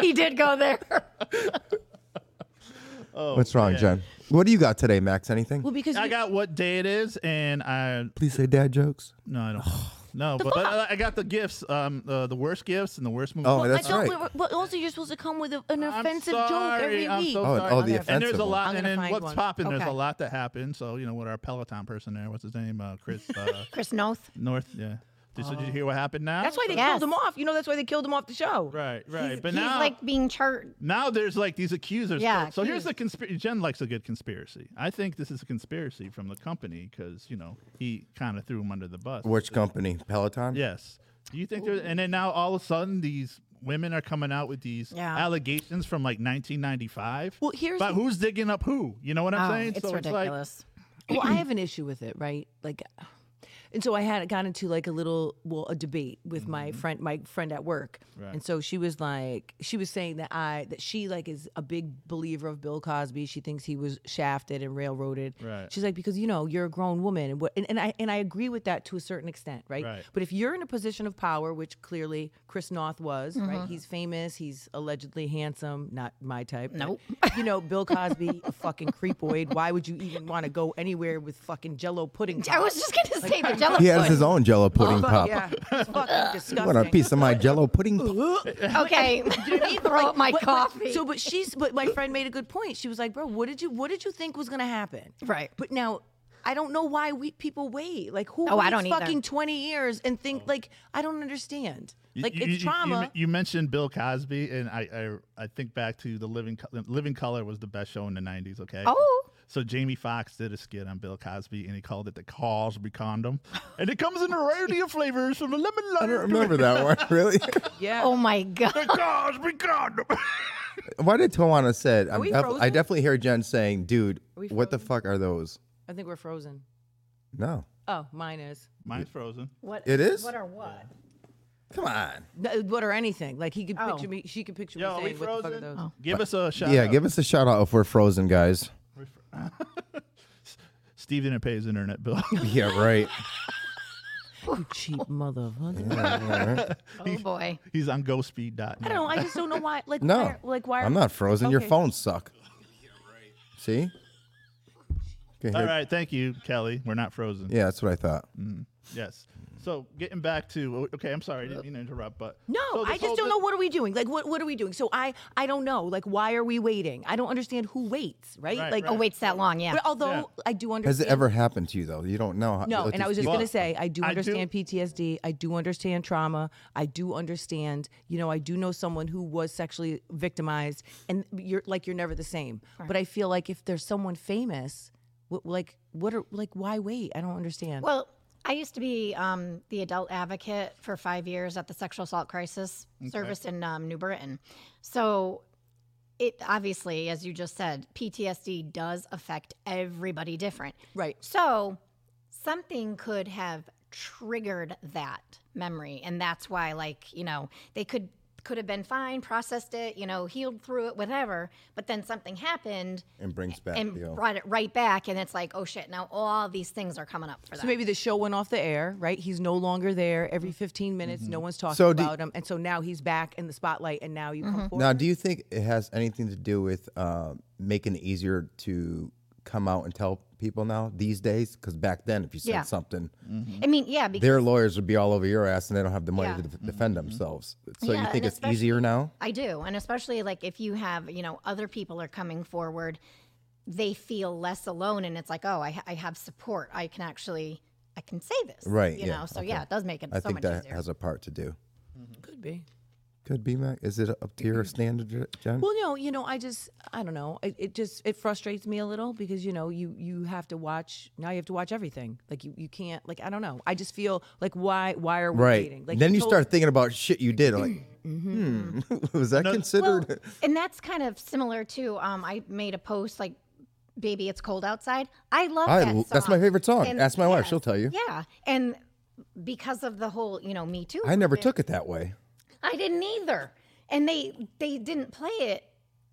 J: he did go there.
C: What's wrong, Jen? What do you got today, Max? Anything?
F: well because
I: I
F: you-
I: got what day it is, and I
C: Please say dad jokes.
I: no, I don't. No, but, but I, I got the gifts, um, uh, the worst gifts and the worst movies.
C: Oh,
F: Well,
C: that's
F: I thought
C: right.
F: we were- but also you're supposed to come with a, an
I: I'm
F: offensive
I: sorry,
F: joke every
I: I'm
F: week
I: So
C: Oh,
I: sorry.
C: oh, the
I: And there's
C: offensive
I: a
C: one.
I: lot,
F: I'm
I: and
F: gonna
I: then
F: find
I: what's
F: one.
I: popping? There's a
F: Okay.
I: lot that happened. So you know, with our Peloton person there, what's his name? Uh, Chris uh,
J: Chris Noth.
I: North. Yeah. Did, so did you hear what happened now?
F: Oh. that's why they
J: Yes.
F: killed him off you know that's why they killed him off the show
I: Right, right. but
J: He's
I: now,
J: like being charged.
I: now there's like these accusers.
J: Yeah,
I: So, so here's the conspiracy. Jen likes a good conspiracy. I think this is a conspiracy from the company because you know he kind of threw him under the bus.
C: Which company? Peloton.
I: Yes. Do you think there? And then now all of a sudden these women are coming out with these
J: Yeah.
I: allegations from like 1995.
F: Well, here's
I: but
F: the-
I: who's digging up who? You know what I'm
J: Oh,
I: saying?
J: it's
I: So like-
J: ridiculous.
F: well, I have an issue with it, right? Like, and so I had got into like a little well a debate with my
I: Mm-hmm.
F: friend my friend at work, and so she was like she was saying that I that she like is a big believer of Bill Cosby. She thinks he was shafted and railroaded.
I: Right.
F: She's like because you know you're a grown woman and what and, and I and I agree with that to a certain extent, right?
I: Right.
F: But if you're in a position of power, which clearly Chris Noth was, right? He's famous. He's allegedly handsome. Not my type. but,
J: Nope.
F: You know, Bill Cosby, a fucking creepoid. Why would you even want to go anywhere with fucking Jello pudding?
J: I
F: pop?
J: was just going to say the jello.
C: He has his own Jello pudding
F: Fuck
C: pop.
F: Oh, Yeah, it's fucking disgusting.
C: What a piece of my Jello pudding. pop.
J: Okay. Throw up my
F: But- but-
J: coffee.
F: so, but she's, but my friend made a good point. She was like, "Bro, what did you, what did you think was gonna happen?"
J: Right.
F: But now, I don't know why we people wait. Like, who?
J: Oh, I
F: waits
J: don't either.
F: fucking twenty years and think like I don't understand.
I: Oh. You-
F: Like
I: you- you-
F: it's trauma.
I: You, you mentioned Bill Cosby, and I, I I think back to the Living Co- Living Color was the best show in the '90s. Okay.
J: Oh.
I: So Jamie Foxx did a skit on Bill Cosby, and he called it the Cosby condom, and it comes in a variety of flavors from the lemon
C: I don't
I: lime to
C: remember that one. Really?
F: yeah.
J: oh my God.
I: the Cosby condom.
C: Why did Tawana said? I'm
F: we
C: def- I
F: frozen?
C: definitely hear Jen saying, "Dude,
F: we
C: what the fuck are those?"
F: I think we're frozen.
C: No,
F: Oh, mine is.
I: Mine's frozen.
J: What,
C: it is.
J: What are what?
C: Come on.
F: No, what or anything. Like he could
J: Oh.
F: picture me. She could picture
I: Yo, are
F: me
I: we
F: saying, "What the fuck are
I: frozen?
F: those?"
I: Give us a shout.
C: yeah,
I: out.
C: give us a shout out if we're frozen, guys.
I: Steve didn't pay his internet bill.
C: Yeah, right.
F: You cheap motherfucker.
J: Oh boy.
I: He's on GoSpeed.net.
F: I don't know. I just don't know why. Like
C: No,
F: why are- like why? are-
C: I'm not frozen. Your
F: Okay.
C: phones suck. See? Okay, here-
I: All right, thank you, Kelly. We're not frozen.
C: Yeah, that's what I thought.
I: Yes. So getting back to oh, okay, I'm sorry, I didn't mean to interrupt, but
F: No,
I: so
F: I
I: this
F: just
I: whole-
F: don't know what are we doing. Like, what what are we doing? So I I don't know. Like, why are we waiting? I don't understand who waits, right?
I: Right,
F: like,
I: right.
J: Oh, waits that long, yeah.
F: But although
I: Yeah.
F: I do understand.
C: Has it ever happened to you though? You don't know. how-
F: No,
C: what
F: and I
C: these
F: was just
C: people-
F: going to say, I do
I: I do-
F: understand PTSD. I do understand trauma. I do understand, you know, I do know someone who was sexually victimized, and you're like, you're never the same. But I feel like if there's someone famous, what, like, what are, like, why wait? I don't understand.
J: Well, I used to be um, the adult advocate for five years at the sexual assault crisis service in um, New Britain. So, it obviously, as you just said, PTSD does affect everybody different.
F: right.
J: So, something could have triggered that memory, and that's why, like you know, they could could have been fine, processed it, you know, healed through it, whatever. But then something happened
C: and brings back
J: and
C: you know,
J: brought it right back, and it's like, oh shit! Now all these things are coming up for them.
F: So maybe the show went off the air, right? He's no longer there. Every 15 minutes, no one's talking
C: Mm-hmm. So do- Mm-hmm.
F: about him, and so now he's back in the spotlight, and now you come forward.
C: Now, do you think it has anything to do with uh, making it easier to come out and tell people now these days? Because back then, if you said
J: Yeah.
C: something,
F: Mm-hmm.
J: I mean, yeah, because
C: their lawyers would be all over your ass, and they don't have the money
J: Yeah.
C: to def- defend
F: Mm-hmm.
C: themselves. So
J: Yeah,
C: you think
J: and
C: it's easier now?
J: I do, and especially like if you have, you know, other people are coming forward, they feel less alone, and it's like, oh, I, I have support. I can actually, I can say this,
C: Right,
J: You
C: yeah,
J: know, so
C: okay.
J: yeah, it does make it
C: I
J: so
C: think
J: much
C: that
J: easier.
C: has a part to do.
F: Could be.
C: Could be, Mac. Is it up to your standard, Jen?
F: Well, no, you know, I just, I don't know. It, it just, it frustrates me a little because you know, you you have to watch now. You have to watch everything. Like you, you can't. Like I don't know. I just feel like why, why are we
C: right.
F: dating? Like
C: then you
F: told- Mm-hmm.
C: start thinking about shit you did. Like, hmm, was that considered?
J: and that's kind of similar to, um, I made a post like, "Baby, it's cold outside." I love
C: I
J: that.
C: l-
J: Song.
C: that's my favorite song.
J: And-
C: Ask my wife;
J: yes,
C: she'll tell you.
J: Yeah, and because of the whole, you know, Me Too,
C: I never took it that way.
J: I didn't either, and they they didn't play it.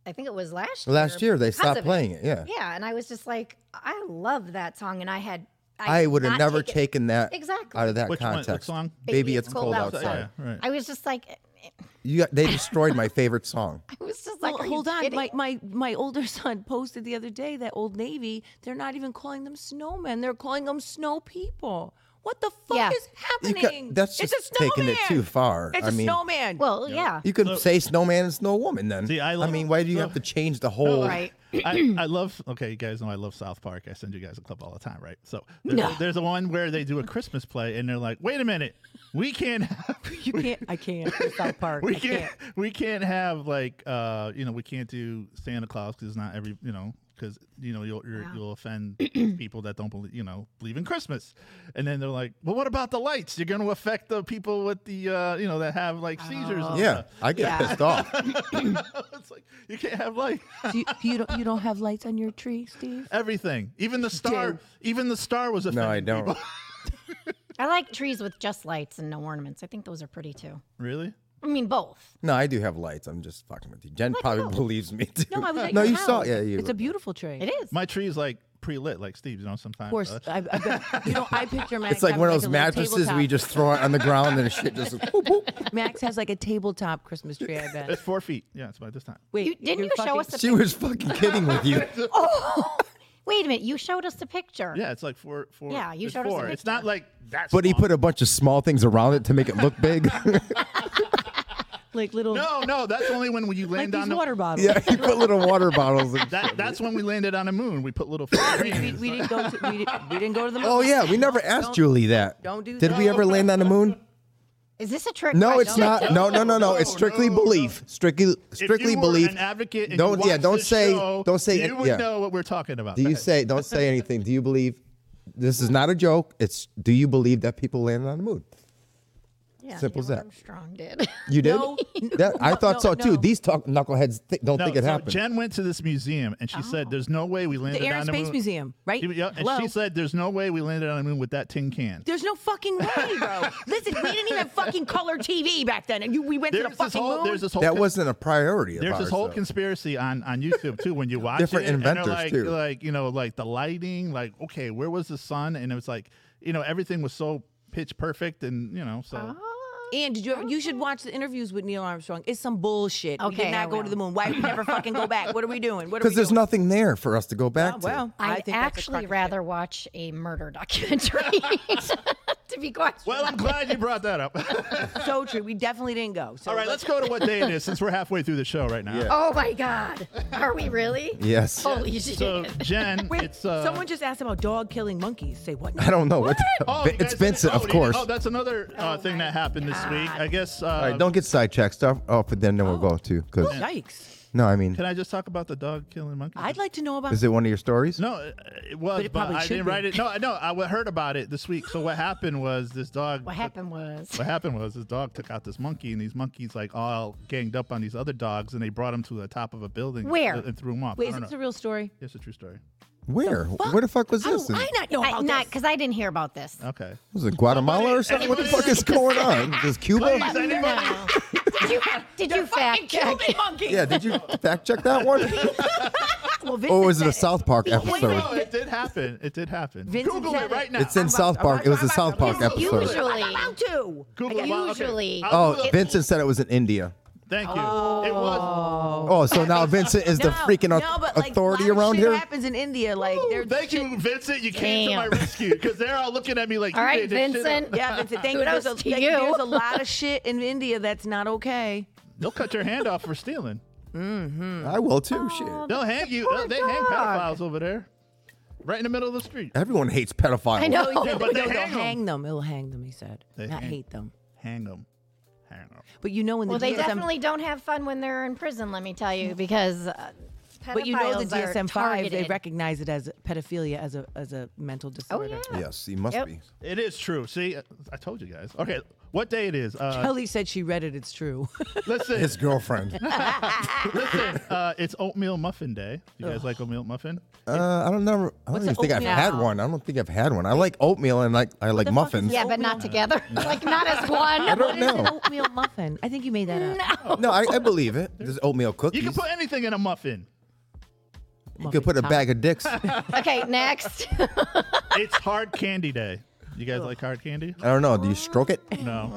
J: I think it was last year.
C: Last year, they
J: because
C: stopped
J: of
C: playing it. Yeah.
J: Yeah, and I was just like, I love that song, and I had
C: I
J: did
C: would have
J: not
C: never
J: take it-
C: taken that
J: Exactly.
C: out of that
I: Which one- which
C: context.
I: song?
C: Baby, it's, cold, outside.
I: Yeah, right.
J: I was just like,
C: You got, they destroyed my favorite song.
J: I was just like,
F: Well,
J: are you
F: Oh, hold on.
J: kidding?
F: My, my my older son posted the other day that Old Navy, they're not even calling them snowmen. They're calling them snow people. What the fuck
J: Yeah.
F: is
C: You
F: happening?
C: ca- that's
F: it's
C: just
F: a
C: taking
F: snowman.
C: it too far.
F: It's
C: I
F: a
C: mean,
F: snowman.
J: well, yeah,
C: you could say snowman and snow woman then.
I: See, I
C: I,
I: love-
C: mean, why do you have to change the whole?
J: right.
I: I, I love. Okay, you guys know I love South Park. I send you guys a clip all the time, right? So there's,
F: No.
I: there's a one where they do a Christmas play, and they're like, "Wait a minute, we can't, have,
F: you can't. I can't. It's South Park.
I: we
F: I
I: can't, we can't have like, uh, you know, we can't do Santa Claus because not every, you know, because you know you'll you're, you'll offend people that don't believe, you know, believe in Christmas." And then they're like, "Well, what about the lights? You're going to affect the people with the, uh, you know, that have like seizures."
J: Oh.
I: and
C: Yeah, I get pissed off.
I: stuff." it's like you can't have light.
F: Do you, you don't you don't have lights on your tree, Steve?
I: Everything, even the star, even the star was
C: No,
I: offended.
C: I don't.
J: I like trees with just lights and no ornaments. I think those are pretty too.
I: Really?
J: I mean, both.
C: No, I do have lights. I'm just fucking with you. Jen probably believes me too.
F: No, I was at
C: no,
F: your
C: you saw.
F: house.
C: Yeah, you.
F: It's a beautiful tree.
J: It is.
I: My tree's like pre-lit, like Steve's. You know, sometimes.
F: Of course,
I: uh,
F: I, I bet, you know, I picture Max.
C: it's like
F: having
C: one of those
F: a little
C: mattresses we
F: tabletop.
C: just throw it on the ground and shit just. boop, boop.
F: Max has like a tabletop Christmas tree. I bet.
I: it's four feet. Yeah, it's about this time.
F: Wait,
J: You, didn't
F: you're
J: you show
F: fucking-
J: us? A,
C: She was fucking kidding with you.
J: wait a minute. You showed us the picture.
I: Yeah, it's like four, four.
J: Yeah, you
I: it's
J: showed us a
I: four. It's not
J: picture.
I: like that's.
C: But he
I: long.
C: put a bunch of small things around it to make it look big.
F: like little
I: No, no, that's only when you
F: like
I: land
F: these
I: on the.
F: water bottles?
C: yeah, he put little water bottles. And
I: That, that's when we landed on the moon. We put little. figurines.
F: We, we didn't go to we, didn't, we didn't go to the.
C: Oh yeah, we never asked Julie that.
F: don't do
C: Did we
F: that.
C: ever land on the moon?
J: Is this a trick?
C: No,
J: question?
C: it's not. No, no, no, no. It's
I: no,
C: strictly
I: no, no.
C: belief. Strictly,
I: If
C: strictly
I: you were
C: belief.
I: An advocate. And
C: Don't-
I: You
C: yeah,
I: watched
C: don't
I: this
C: say-
I: Show,
C: don't say-
I: You would
C: yeah.
I: know what we're talking about.
C: Do
I: Go
C: you
I: ahead.
C: say? Don't say anything. Do you believe? This is not a joke. It's. Do you believe that people landed on the moon?
J: Yeah,
C: Simple as
J: Neil
C: that.
J: Armstrong did.
C: You did.
F: No.
C: That, I
F: No,
C: thought
F: no,
C: so too.
F: no.
C: These talk knuckleheads th- don't
I: No,
C: think it
I: so
C: happened.
I: Jen went to this museum and she said, "There's no way we landed
F: Air and
I: on the
F: Space
I: moon."
F: Oh. Museum, right?
I: She- yeah, and
F: Hello?
I: she said, "There's no way we landed on the moon with that tin can."
F: There's no fucking way, bro. Listen, we didn't even have fucking color TV back then, and you, we went to the
I: there's
F: fucking
I: this whole.
F: moon.
I: There's this whole.
C: that
I: con-
C: wasn't a priority.
I: There's
C: of
I: this
C: ours,
I: whole
C: though.
I: conspiracy on on YouTube too. When you watch
C: Different
I: it, and they're
C: inventors,
I: like,
C: too.
I: like you know, like the lighting, like okay, where was the sun? And it was like, you know, everything was so pitch perfect, and you know, so
F: Oh. And did you ever? You should watch the interviews with Neil Armstrong. It's some bullshit. we
J: Okay,
F: did
J: I
F: not go to
J: will.
F: the moon. Why we never fucking go back? What are we doing? What are
C: Because
F: we
C: there's
F: doing?
C: nothing there for us to go back
F: Oh,
C: to.
F: well, I
J: I'd
F: think that's a
J: actually
F: crock of shit.
J: rather watch a murder documentary. to be questioned.
I: Well, I'm glad you brought that up.
F: so true. We definitely didn't go. So
I: All right, let's go to what day it is since we're halfway through the show right now.
J: oh my God. Are we really?
C: Yes.
F: Oh,
I: Oh,
J: Holy shit.
I: So, Jen,
F: Wait,
I: it's uh,
F: someone just asked about dog killing monkeys. Say what?
C: I don't know what. the-
I: Oh, you guys-
C: it's Vincent,
I: oh,
C: of
I: you-
C: course.
I: Oh, that's another uh, thing that happened this week. I guess. Uh,
C: All right, don't get sidetracked. Start off, but then then we'll go to because
F: Yikes!
C: no, I mean,
I: Oh. Can I just talk about the dog killing monkey?
F: I'd like to know about.
C: is it one of your stories?
I: No, it- it was,
F: But
I: but,
F: it probably
I: I
F: should
I: didn't
F: be.
I: write it. No, I- no, I w- heard about it this week. So what happened was this dog.
J: what happened was.
I: What happened was this dog took out this monkey, and these monkeys like all ganged up on these other dogs, and they brought him to the top of a building.
J: Where?
I: and threw him off. I
F: Wait, is
I: don't
F: this
I: know.
F: a real story?
I: It's a true story.
C: Where? Where the fuck was
F: How
C: this?
F: do
C: In-
F: I not know
J: I,
F: about
J: not
F: this?
J: because I didn't hear about this.
I: Okay.
C: was it Guatemala or something? What the fuck is going on? Is Cuba?
I: Please, anybody-
J: Did you, did you fact check?
F: monkey.
C: Yeah, did you fact check that one?
F: Well, Vincent
C: Or was it a
F: said
C: South Park episode?
I: No, it did happen. It did happen.
F: Vincent
I: Google
F: said
I: it right now.
C: It's in
F: about-
C: South
F: I'm
C: Park. It was a
F: about-
C: South Park
F: I'm about-
C: episode.
J: Usually.
F: I'm about to.
I: Google it. Well, okay.
J: Usually.
I: I'll
C: Oh,
I: Google it.
C: Vincent said it was in India.
I: Thank you. It was.
C: Oh, so now Vincent is the
F: No,
C: freaking au-
F: no, but, like,
C: authority
F: a lot of
C: around
F: shit
C: here?
F: happens in India. Like they're
I: Ooh, Thank you, Vincent. You came to
J: Damn.
I: my rescue because they're all looking at me like.
J: All
I: you
J: right,
I: made this shit up."
J: Vincent.
F: Yeah, Vincent. Thank you.
J: Kudos
F: There's a,
J: to
F: like,
J: you.
F: there's a lot of shit in India that's not okay.
I: They'll cut your hand off for stealing.
C: I will too.
F: Oh.
C: Shit.
I: They'll hang you. They'll, they hang pedophiles over there, right in the middle of the street.
C: Everyone hates pedophiles.
J: I know.
I: Yeah, but they
F: No, they'll
I: hang, them.
F: hang them. It'll hang them. He said,
I: They
F: not
I: hang-
F: hate them.
I: Hang them. Hang them.
F: But you know, in the
J: Well, they
F: DSM
J: definitely don't have fun when they're in prison, let me tell you, because uh, pedophiles
F: But you know the
J: are
F: DSM five, they
J: targeted. Oh,
F: recognize it as pedophilia as a as a mental disorder.
J: yeah.
C: Yes, he must
J: Yep.
C: be.
I: It is true. See, I told you guys. Okay, what day it is? Uh,
F: Kelly said she read it. It's true.
I: listen,
C: His girlfriend. uh,
I: listen. Uh, it's oatmeal muffin day. You guys like oatmeal muffin?
C: I don't know. I don't even think I've
F: oatmeal?
C: had one. I don't think I've had one. I like oatmeal and like I like
F: the fuck is
C: muffins.
J: Yeah, but not together. like, not as one.
C: I don't
F: An
C: know.
F: oatmeal muffin. I think you made that up.
C: No, I, I believe it. There's oatmeal
I: You
C: cookies.
I: can put anything in a muffin.
C: You could put a bag of dicks. I
J: Okay, next.
I: It's hard candy day. You guys like hard candy?
C: don't know. Do you stroke it?
I: No.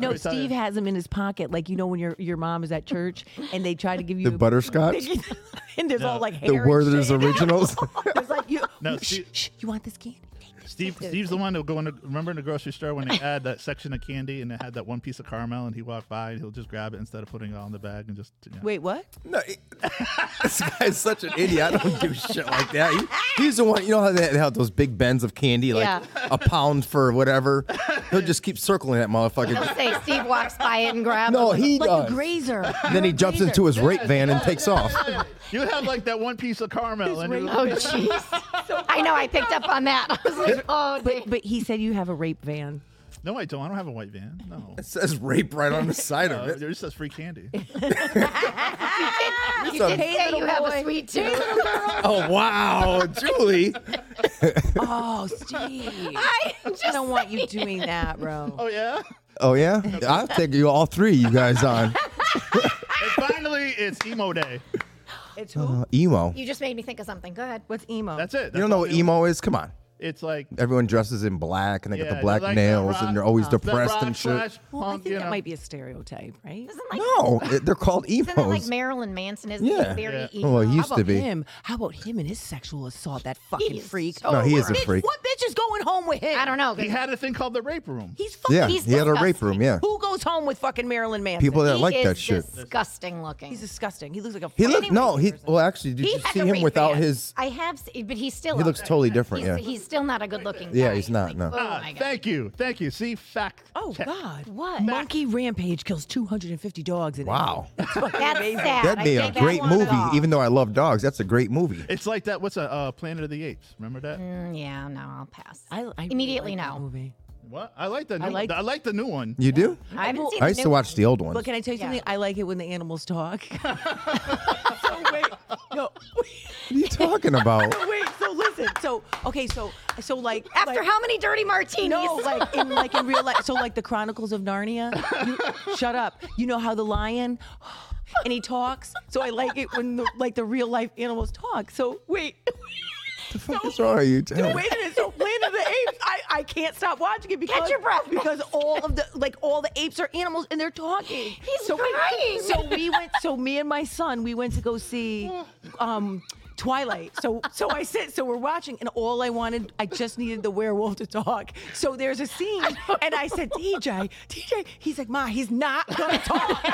F: No,
I: me tell
F: Steve
I: you.
F: has them in his pocket, like you know when your your mom is at church and they try to give you
C: The butterscotch?
F: and there's all
I: No.
F: like hair.
C: The
F: and
C: Werther's
F: shit.
C: originals?
F: There's like you.
I: No,
F: shh,
I: Steve-
F: shh, you want this candy?
I: Steve, Steve's the one that go in. The, remember in the grocery store when they had that section of candy and it had that one piece of caramel, and he walked by and he'll just grab it instead of putting it all in the bag and just. You know.
F: Wait, what?
C: No, he- this guy's such an idiot. I don't do shit like that. He- he's the one. You know how they they have those big bends of candy, like
J: Yeah.
C: a pound for whatever. He'll just keep circling that motherfucker.
J: Say Steve walks by it and grabs
C: No,
J: it.
C: he
F: Like
C: does.
F: a grazer.
C: then he jumps into his rape van and takes off.
I: You have like that one piece of caramel, and you-
J: Oh, jeez. I know, I picked up on that. I was like, oh,
F: But but he said you have a rape van.
I: no, I don't. I don't have a white van. No,
C: It says rape right on the side
I: uh,
C: of
I: it
C: it.
I: just says free candy.
J: damn. You
C: a-
J: did
F: Hey,
J: say
F: little
J: you have
F: boy.
J: a sweet tooth.
C: Oh wow, Julie!
F: Oh, Steve.
J: I
F: I
J: am just
F: don't want you doing that, bro.
I: Oh yeah.
C: Oh yeah, I'll take you all three. of You guys on
I: And finally, it's emo day.
F: It's
C: Uh,
F: who?
C: emo?
J: You just made me think of something. Go ahead.
F: What's emo?
I: That's it.
C: You don't know what emo is? Come on.
I: It's like
C: Everyone dresses in black and they
I: yeah,
C: got the black
I: like the
C: nails
I: rock-
C: and they're always
I: the
C: depressed
I: rock
C: and shit.
I: slash
F: Well, Oh, I
I: punk,
F: think
I: you
F: that
I: know.
F: might be a stereotype, right?
J: Isn't like,
C: No, it- they're called
J: isn't it like
C: emos.
J: Marilyn Manson? Isn't
C: Yeah.
J: he very
I: Yeah.
J: emo?
C: Well, he
F: How
C: used to
F: about
C: be.
F: him? How about him and his sexual assault? That fucking
J: He's
F: freak.
J: so
C: No, he is a
J: wrong.
F: Bitch,
C: freak.
F: What bitch is going home with him?
J: I don't know.
I: He had a thing called the rape room.
F: He's fucking.
C: Yeah,
J: He's
C: he had a rape
J: disgusting.
C: room. Yeah,
F: Who goes home with fucking Marilyn Manson?
C: people that
J: He
C: like
J: is
C: that shit.
J: disgusting looking.
F: He's disgusting. He looks like a.
C: He
F: fucking-
C: looked no. He
F: Anyway,
C: well, actually, did
J: He
C: you
J: had
C: see
J: a
C: him
J: rape
C: without
J: van.
C: his?
J: I have, se- but he's still.
C: He
J: up
C: looks
J: there.
C: totally different.
J: He's,
C: Yeah,
J: he's still not a good looking.
C: Yeah,
J: guy.
C: he's not,
J: Like,
C: no.
J: Oh
I: Ah,
J: my god.
I: thank you, thank you. See, fact.
F: Oh
I: check.
F: God!
J: What?
F: Monkey Rampage kills 250 dogs. In
C: Wow.
F: That's fucking
J: That's
F: amazing.
J: sad.
C: that'd
J: I
C: be a
J: think I
C: great
J: want it
C: movie.
J: all.
C: Even though I love dogs, that's a great movie.
I: It's like that. What's a uh, Planet of the Apes? Remember that?
J: Mm, yeah, no, I'll pass.
F: I, I really
J: Immediately
F: like that
J: no.
F: movie.
I: What? I like the. New, I
F: like-
I: like. I like the new one.
C: You do?
J: I haven't seen
C: I
J: the
C: used
J: new
C: to watch the old
F: But
C: ones.
F: can I tell you
J: Yeah.
F: something? I like it when the animals talk. so wait, no,
C: What are you talking about?
F: wait. So listen. So okay. So so like
J: After
F: like,
J: how many dirty martinis?
F: No, like in like in real life. So like the Chronicles of Narnia. You, shut up. You know how the lion and he talks. So I like it when the, like the real life animals talk. So wait,
C: the fuck is wrong with you?
F: no,
C: Damn.
F: wait a minute. So Planet of the Apes. I, I can't stop watching it because
J: your breath.
F: because all of the like all the apes are animals and they're talking.
J: He's
F: so
J: crying.
F: We, so we went. So me and my son we went to go see. Um, Twilight. So so I sit, so we're watching, and all I wanted, I just needed the werewolf to talk. So there's a scene, and I said, DJ, DJ, he's like, Ma, he's not gonna talk.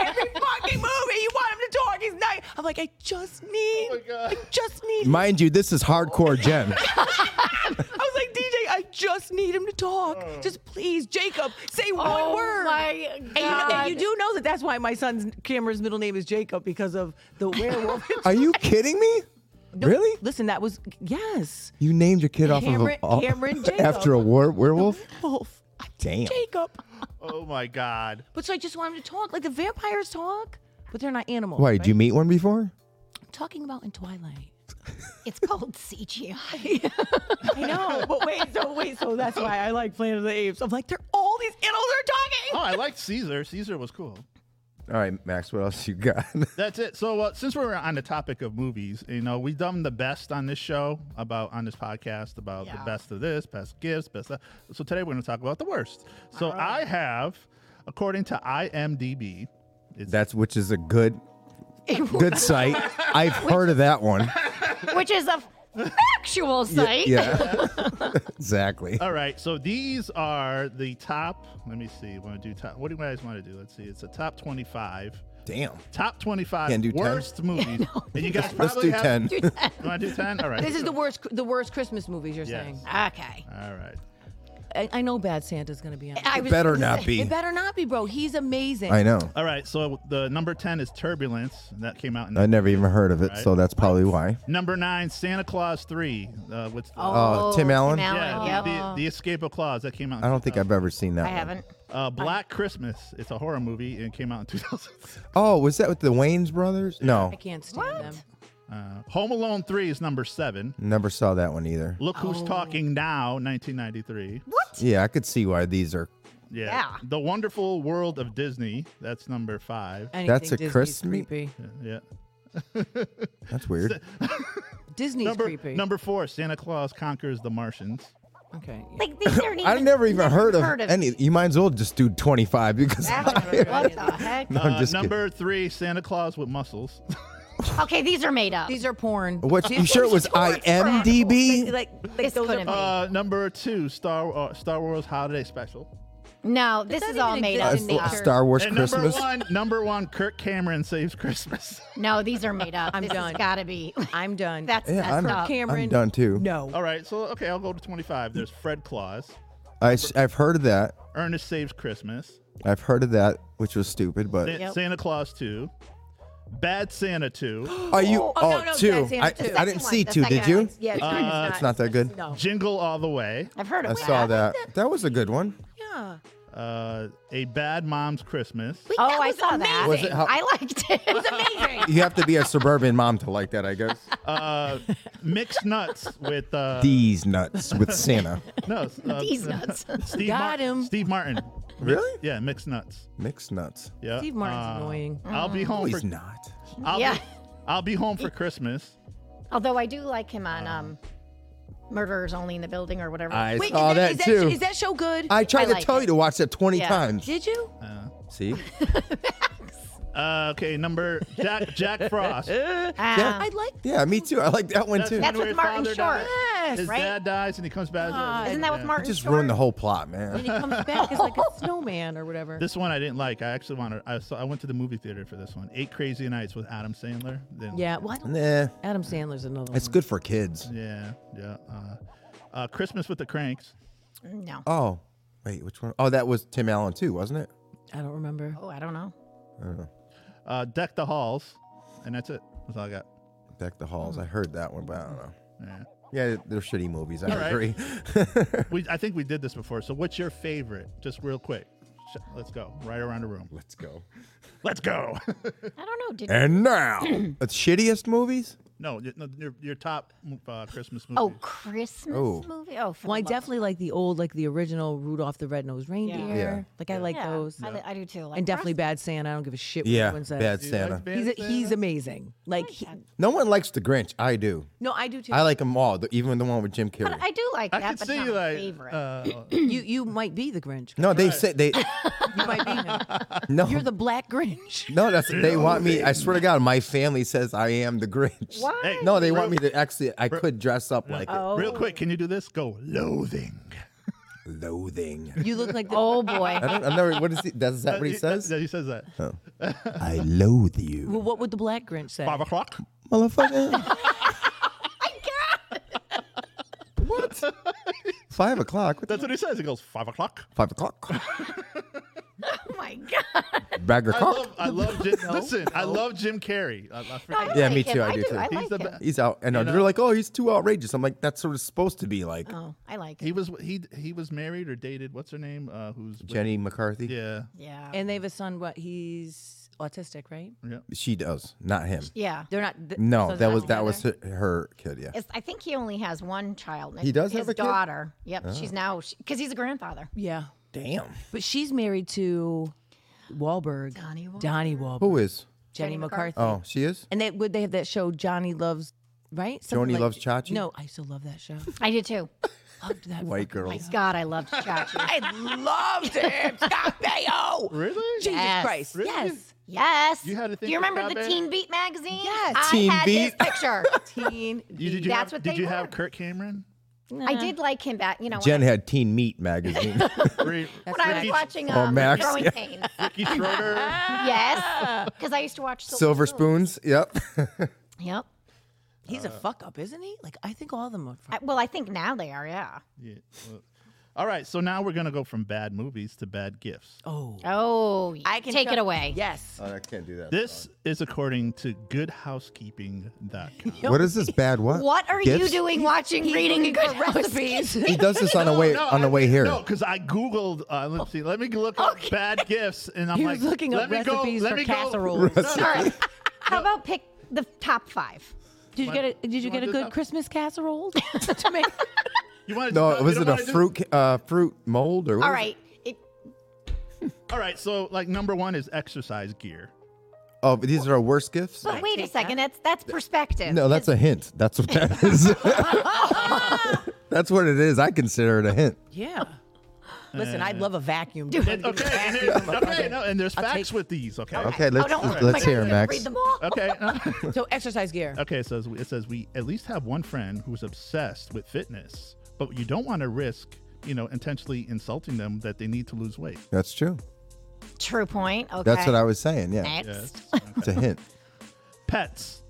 F: Every fucking movie you want him to talk, he's not. I'm like, I just need, I just need
C: Mind you, this is hardcore Jen.
F: I was like, DJ, I just need him to talk. Just please, Jacob, say one
J: Oh
F: word.
J: my
F: And you- And,
J: God.
F: you do know that that's why my son's Cameron's middle name is Jacob because of the werewolf.
C: Are you kidding me? Really?
F: Listen, that was yes.
C: You named your kid
F: Cameron-
C: off of oh,
F: Cameron Jacob.
C: after a war- werewolf?
F: Wolf. I
C: Damn.
F: said, Jacob.
I: Oh my God.
F: But so I just want him to talk like the vampires talk, but they're not animals.
C: Why?
F: right?
C: Did you meet one before?
F: talking about in Twilight?
J: It's called CGI.
F: I know, but wait, so wait, so that's why I like Planet of the Apes. I'm like, they're all these animals are
I: Oh,
F: talking.
I: I liked Caesar. Caesar was cool.
C: All right, Max. What else you got?
I: That's it. So uh, since we're on the topic of movies, you know, we've done the best on this show about on this podcast about the
J: Yeah.
I: best of this, best gifts, best. That. So today we're going to talk about the worst. So I have, according to IMDb, it's
C: That's which is a good, good site. I've heard of that one.
J: which is a factual site.
C: Yeah. exactly.
I: all right. So these are the top. Let me see. Want to do top? What do you guys want to do? Let's see. It's a top twenty-five.
C: Damn.
I: Top 25
C: Can't do 10?
I: worst movies. And you guys
C: Let's
I: probably
C: do
I: have,
C: ten.
I: You want to do 10? All right.
F: This is the worst, the worst Christmas movies you're
I: Yes.
F: saying.
J: Okay.
I: All right.
F: I, I know Bad Santa's gonna be on.
J: I was
C: Better
J: gonna
C: not
J: say-
C: be.
F: It better not be, bro. He's amazing.
C: I know.
I: All right. So the number 10 is Turbulence. and that came out in
C: I never even heard of it, so that's probably why.
I: Number 9, Santa Claus 3. Uh, what's the,
C: Oh, Tim Allen?
J: Allen,
I: yeah,
J: yep.
I: the, the Escape of Claus. That came out in
C: I don't think I've ever seen that.
J: I
C: one.
J: haven't.
I: Uh, Black Christmas. It's a horror movie and it came out in 2000.
C: Oh, was that with the Wayne's brothers? No,
F: I can't stand them.
I: Uh, Home Alone 3 is number 7.
C: never saw that one either.
I: Look Who's Talking Now, 1993.
C: Yeah, I could see why these are.
I: Yeah.
J: Yeah.
I: The Wonderful World of Disney. That's number 5.
F: Anything
C: That's a
F: Disney's
C: Christmas-
F: creepy.
I: Yeah.
C: That's weird.
F: Disney's
I: Number,
F: creepy.
I: number 4, Santa Claus Conquers the Martians.
F: okay. yeah.
J: Like these aren't even.
C: I never even heard of,
J: heard of
C: any. You might as well just do twenty five because
J: Exactly. what the heck?
C: No, I'm
I: Uh,
C: just
I: number three, Santa Claus with muscles.
J: Okay, these are made up.
F: These are porn.
C: kidding. What? You sure it was IMDb?
F: Like, like
J: This
F: those are
J: couldn't
F: porn.
J: be.
I: Uh, number two, Star uh, Star Wars Holiday Special.
J: no, this
F: doesn't
J: is all
F: even
J: made
F: exist
J: up.
C: That's
F: in
C: the
F: nature.
C: Star Wars
I: And
C: Christmas.
I: number one, number one, Kirk Cameron saves Christmas.
J: No, these are made up.
F: I'm
J: this
F: done.
J: Has gotta be.
F: I'm done.
J: That's
C: Yeah,
J: messed
C: I'm-
J: up.
F: Cameron.
C: I'm done too.
F: No.
I: All right, so okay, I'll go to twenty-five. There's Fred Claus.
C: I, have heard of that.
I: Ernest saves Christmas.
C: I've heard of that, which was stupid, but
I: Sa- Santa Claus two. Bad Santa two.
C: are you?
F: Oh,
C: Oh,
F: no, no,
C: two.
F: that's Santa
C: I,
F: too.
C: I
F: Second
C: didn't
J: one,
C: see
J: the
C: two. Did
J: second
C: you? Uh,
J: one.
F: Yeah,
I: Uh,
F: it's not,
C: It's not that good.
F: No.
I: Jingle all the way.
J: I've heard of
C: I
J: it.
C: saw that. That was a good one.
F: Yeah.
I: Uh, a bad mom's Christmas.
J: Oh, I saw that.
C: Was it how-
J: I liked it. It was amazing.
C: You have to be a suburban mom to like that, I guess.
I: Uh, mixed nuts with uh,
C: These nuts with Santa.
I: no, uh,
J: These nuts.
I: Steve
F: Got him.
I: Steve Martin.
C: Really?
I: Yeah, mixed nuts.
C: Mixed nuts.
I: Yeah. Uh,
F: Steve Martin's annoying.
I: I'll be
C: No,
I: home
C: he's
I: for
C: not.
I: I'll
J: Yeah.
I: Be, I'll be home for Christmas.
J: Although I do like him on um, Murderers Only in the Building or whatever.
C: I
F: Wait,
C: saw
F: is,
C: that,
F: is
C: too.
F: Is that show good?
C: I tried
J: I
C: to
J: like
C: tell
J: it.
C: you to watch it 20
J: Yeah.
C: times.
F: Did you?
C: See?
I: Uh, okay, number Jack Jack Frost.
J: Ah,
F: I like.
C: Yeah, me too. I like that one too.
J: That's
I: where his
J: with Martin
I: father
J: Short.
I: dies.
F: Yes,
I: His
J: right?
I: dad dies and he comes back.
J: Isn't that with Martin
C: Just
J: Short?
C: ruined the whole plot, man.
F: And he comes back as like a snowman or whatever.
I: This one I didn't like. I actually wanted. I saw. I went to the movie theater for this one. Eight Crazy Nights with Adam Sandler. Then,
F: yeah. Well, I don't,
C: Nah,
F: Adam Sandler's another
C: it's
F: one.
C: good for kids.
I: Yeah. Yeah. Uh, uh, Christmas with the Cranks.
J: No.
C: Oh, wait, which one? Oh, that was Tim Allen too, wasn't it?
F: I don't remember.
J: Oh, I don't know.
I: Uh, Deck the Halls, and that's it. That's all I got.
C: Deck the Halls. I heard that one, but I don't know.
I: Yeah.
C: Yeah, they're shitty movies. I
I: right.
C: agree.
I: We. I think we did this before. So what's your favorite? Just real quick. Sh- Let's go right around the room.
C: Let's go.
I: Let's go.
J: I don't know. Did
C: And now, the shittiest movies.
I: no, y- no, your, your top uh, Christmas movie.
J: oh Christmas
C: Oh.
J: movie? Oh, for
F: Well, I
J: the love-
F: definitely like the old, like the original Rudolph the Red-Nosed Reindeer.
C: Yeah.
F: Like I like
J: yeah,
F: those.
J: I, li- I do too. Like
F: and definitely
J: Christmas.
F: Bad Santa. I don't give a shit what
C: Yeah,
F: anyone says.
C: Bad
I: You
C: Santa.
I: like Bad
F: He's a, he's
I: Santa?
F: amazing. Like he,
C: No one likes the Grinch. I do.
F: no, I do too.
C: I like them all, the- even the one with Jim Carrey.
J: I do like
I: I
J: that,
I: can
J: but
I: see
J: not
I: you
J: my
I: like
J: favorite.
I: uh,
F: you you might be the Grinch.
C: no, they say they
F: yourself. You might be him.
C: No,
F: You're the Black Grinch.
C: no, that's they want me. I swear to God, my family says I am the Grinch.
J: What?
I: Hey,
C: No, they want me to actually. I could dress up like
J: Oh.
C: it.
I: Real quick, can you do this? Go loathing.
C: Loathing.
F: You look like the
J: Oh boy.
C: I don't, I've never. What is he? That's, is that what he says?
I: Yeah, he says that.
C: I loathe you,
F: Well, what would the Black Grinch say?
I: Five o'clock.
C: motherfucker. what? Five o'clock. What the-
I: That's what he says. He goes five o'clock.
C: Five o'clock.
J: Oh my
C: uh,
J: god.
C: Bagger
I: I
C: cock.
I: love. I love. Jim, listen, I love Jim Carrey. I, I forget.
C: Yeah,
J: I
C: me
J: like him.
C: too, I do too.
J: I
C: He's
J: like
I: the
J: him.
I: best.
C: He's out, and
I: You
C: they're
I: know?
C: like, "Oh, he's too outrageous." I'm like, "That's what it's supposed to be like."
J: Oh, I like
I: He
J: him.
I: was he he was married or dated. What's her name? Uh, who's with-
C: Jenny McCarthy.
I: Yeah.
J: Yeah.
F: And they have a son. What? He's autistic, right?
C: She does, not him.
J: yeah.
F: They're not. Th-
C: No,
F: so they're
C: that
F: not
C: was that
F: together?
C: was her, her kid. Yeah.
J: It's, I think he only has one child.
C: He does
J: his
C: have a kid?
J: daughter. Oh. Yep, she's now because he's a grandfather.
F: Yeah,
C: Damn.
F: but she's married to Wahlberg. Donnie Wahlberg.
C: Who is?
F: Jenny McCarthy.
C: Oh, she is.
F: And they would they have that show Johnny Loves right?
C: Joni Loves Chachi?
F: No, I still love that show.
J: I do too.
F: Loved that.
C: White
F: fucking-
C: girls.
J: God, I loved Chachi.
F: I loved him. Scott Baio.
I: Really?
F: Jesus
J: Yes.
F: Christ.
I: Really?
F: Yes.
J: yes.
I: You had a thing
J: Do you
I: for
J: remember
I: Bob
J: the
I: Dylan?
J: Teen Beat magazine?
F: Yes.
J: I
C: Teen
J: had his
C: Beat?
J: picture.
F: Teen.
I: You, did you have,
J: That's what
I: Did
J: they
I: you have
J: were.
I: Kurt Cameron?
J: I did like him back. You know,
C: Jen
J: when,
C: had Teen Meat magazine.
I: Re-
J: I, when I was
I: Ricky,
J: watching
C: Oh,
J: um,
C: Max,
J: Growing
C: yeah.
J: Pains.
I: Ricky Schroeder.
J: Yes, because I used to watch
C: Silver spoons. Yep.
J: Yep.
F: He's a fuck up, isn't he? Like I think all of them are. Fuck
J: I, well, I think now they are. Yeah.
I: Yeah. well, All right, so now we're gonna go from bad movies to bad gifts.
F: Oh.
J: Oh, I can take
F: tell-
J: it away.
F: Yes.
C: Oh, I can't do that.
I: This is according to GoodHousekeeping.com.
C: What is this bad? What?
J: What are you
C: Gifts?
J: doing? Watching, reading, and good recipes.
C: He does this on the way on the way here.
I: No, because I googled. Uh, let's see. Let me look up bad gifts, and I'm
F: He
I: like,
F: was looking
I: let
F: up
I: me
F: recipes
I: go, let
F: for
I: me go-
F: casseroles.
J: How about pick the top five?
F: Did you get a Did you, get
I: wanna
F: a
I: do
F: good
I: that?
F: Christmas casserole to make?
I: You want to?
C: No, was it a fruit ca- uh, fruit mold or? What
J: All
C: was it?
J: right. It,
I: All right, so like number one is exercise gear.
C: Oh, but these are our worst gifts.
J: but wait a second. That's that's perspective.
C: No, that's a hint. That's what that is. that's what it is. I consider it a hint.
I: Uh,
F: yeah. Listen, I'd love a vacuum. Dude,
I: And- okay, and there's- okay, no, and there's facts
F: take-
I: with these. Okay,
C: Okay,
J: oh,
C: let's
J: don't worry.
C: let's
J: Like,
C: hear
J: I'm
C: it,
J: gonna
C: Max.
J: Read them all.
I: okay, uh,
F: So exercise gear.
I: okay. It says it says we at least have one friend who's obsessed with fitness, but you don't want to risk, you know, intentionally insulting them that they need to lose weight.
C: That's true.
J: True point. Okay.
C: That's what I was saying. Yeah,
J: Next.
C: it's a hint.
I: Pets.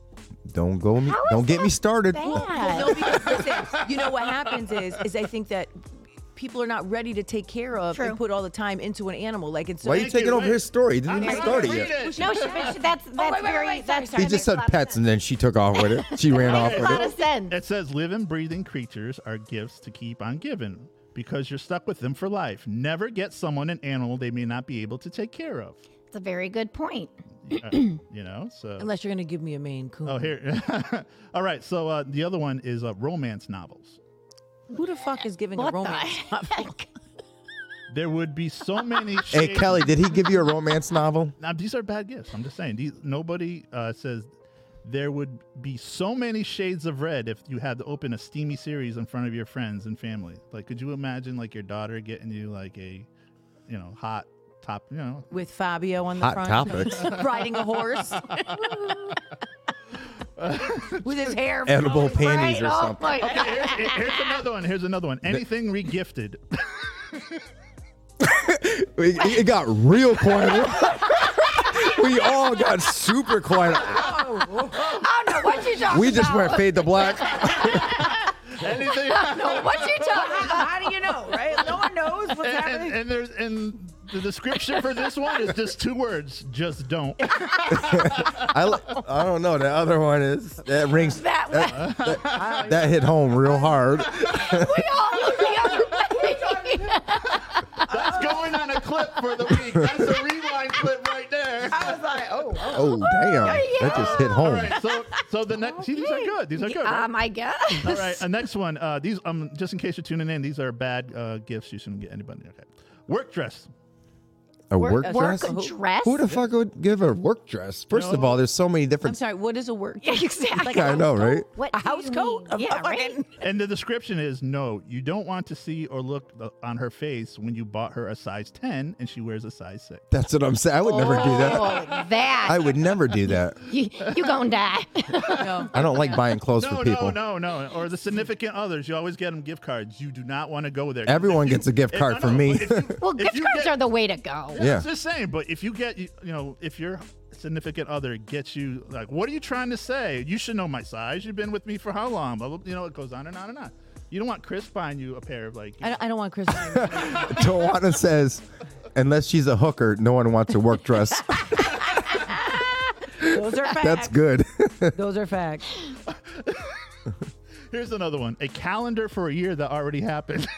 C: Don't go me.
J: How is
C: Don't get me
J: that
C: started.
J: Bad.
F: No, because listen, you know what happens is is I think that people are not ready to take care of
J: True.
F: and put all the time into an animal. Like it's
C: Why are you taking over his story? He didn't even start it yet.
J: No, she, but she- that's that's
I: Oh,
J: very. that's
C: He just said pets, and then she took off with it. She ran off
J: Makes a lot
C: with
J: of
C: it.
J: sense.
I: It says living, breathing creatures are gifts to keep on giving because you're stuck with them for life. Never get someone an animal they may not be able to take care of.
J: It's a very good point.
I: You know, so.
F: Unless you're gonna give me a Maine Coon.
I: Oh, here. All right. So uh, the other one is uh, romance novels.
F: Who the fuck is giving a
J: What the
F: romance? novel?
J: heck?
I: There would be so many.
C: Hey,
I: shades-
C: Kelly, did he give you a romance novel?
I: Now, these are bad gifts. I'm just saying. These, nobody uh, says there would be so many shades of red if you had to open a steamy series in front of your friends and family. Like, could you imagine like your daughter getting you like a, you know, hot top, you know,
F: With Fabio on the
C: Hot
F: front,
C: topics.
F: riding a horse with his hair.
C: Edible panties
J: right?
C: or
J: oh
C: something.
J: my God.
I: Here- here- here's another one. Here's another one. Anything regifted.
C: It, it got real quiet. we all got super quiet.
J: Oh no! What you talking
C: We just
J: about?
C: went fade to black.
I: Anything.
J: What you talking about?
F: How do you know, right? No one knows what's
I: and,
F: happening.
I: and, and there's and the description for this one is just two words. Just don't.
C: I, li- I don't know. The other one is that rings
J: That way.
C: that hit home real hard.
J: we all look the other way.
I: That's going on a clip for the week. That's a rewind clip right there.
F: I was like, oh,
C: Oh damn, that just hit
I: All
C: home.
I: right, so so the next see these are good. These are good.
J: Oh
I: right?
J: my God.
I: All right, the next one. Uh, these um just in case you're tuning in, these are bad uh, gifts you shouldn't get anybody. Okay, work dress.
C: A work,
J: work
C: dress?
J: dress? dress?
C: Who the fuck would give a work dress? First of all, there's so many
F: I'm
C: different.
F: sorry. What is a work?
J: Yeah, exactly.
F: Like,
C: I know, right?
J: What
F: A
J: do you
F: house coat?
J: mean? Yeah, right.
I: And the description is no, you don't want to see or look the- on her face when you bought her a size 10 and she wears a size 6.
C: That's what I'm saying. I would never do that.
J: Oh, that
C: I would never do that.
J: you, you gonna die.
F: No.
C: I don't like buying clothes
I: No,
C: for
I: no,
C: people.
I: no, no. Or the significant others. You always get them gift cards. You do not want to go there.
C: Everyone
I: If you-
C: gets a gift
I: if-
C: card
I: no,
C: from
I: no,
C: me.
I: but if you-
J: well,
I: if
J: gift
I: you
J: cards
I: get-
J: are the way to go.
I: Yeah.
C: Yeah.
I: It's the same, but if you get, you you know, if your significant other gets you, like, what are you trying to say? You should know my size. You've been with me for how long? Blah, blah, you know, it goes on and on and on. You don't want Chris buying you a pair of, like,
F: I don't, I don't want Chris. to-
C: Tawana says, unless she's a hooker, no one wants a work dress.
F: Those are facts.
C: That's good.
F: Those are facts.
I: here's another one a calendar for a year that already happened.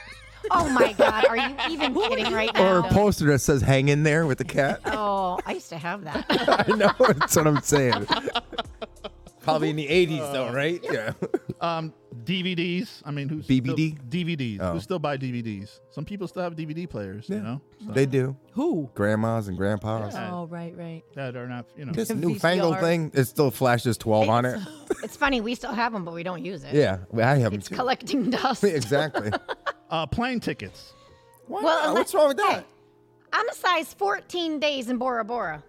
J: Oh my God, are you even kidding right
C: or
J: now?
C: a poster that says "Hang in there" with the cat.
J: oh, I used to have that.
C: I know that's what I'm saying. Probably in the '80s, though, right? Yeah.
I: Um, DVDs. I mean, who's
C: BBD?
I: DVDs.
C: Oh.
I: Who still buy DVDs? Some people still have DVD players. You know, so
C: They do.
F: Who?
C: Grandmas and grandpas.
I: Yeah.
F: Oh, right, right.
I: that are not. You know,
C: This
F: The
C: newfangled
F: VCR.
C: thing, it still flashes 12 on it.
J: it's funny we still have them, but we don't use it.
C: Yeah, well, I haven't.
J: It's collecting dust.
C: exactly.
I: uh, plane tickets.
C: Why
J: Well,
C: not?
J: unless-
C: What's wrong with
J: Hey,
C: that?
J: I'm a size 14 days in Bora Bora.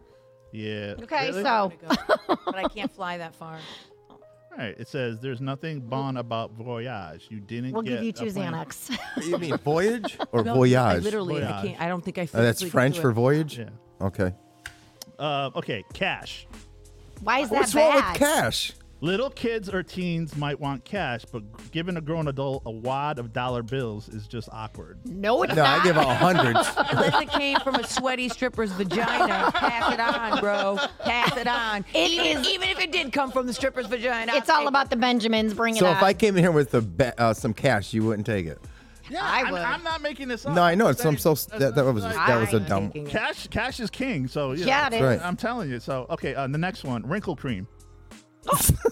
I: Yeah.
J: Okay,
I: Really?
J: so
F: but I can't fly that far.
I: All right. It says there's nothing bon about voyage. You didn't.
J: we'll
I: get
J: give you
I: a
J: two
I: plane-
J: Xanax.
C: You mean voyage or
F: No, I
C: Oh, voyage?
F: literally, I
I: Voyage.
F: can't. I don't think I.
C: Oh, that's
F: physically could
C: French
F: do
C: for
F: it.
C: voyage.
I: Yeah.
C: Okay.
I: Uh, okay. Cash.
J: Why is
C: What's
J: that
C: wrong
J: bad?
C: with cash?
I: Little kids or teens might want cash, but giving a grown adult a wad of dollar bills is just awkward.
J: No, it's
C: No,
J: not.
C: I give out hundreds.
F: Unless it came from a sweaty stripper's vagina, pass it on, bro. Pass it on.
J: It
F: even,
J: is-
F: even if it did come from the stripper's vagina.
J: it's all about the Benjamins. Bring it
C: so
J: on.
C: if I came in here with a ba- uh, some cash, you wouldn't take it.
I: Yeah,
J: I
I: I'm,
J: would.
I: I'm not making this up.
C: No, I know.
I: I'm
C: It's I'm
I: saying-
C: so
I: that's-
C: that, that was
I: that's-
C: that was a
F: I'm
C: dumb.
F: taking it.
I: Cash, cash is king. So you
J: Yeah, it
I: know,
J: is.
C: Right.
I: I'm telling you. So okay, uh, the next one, wrinkle cream.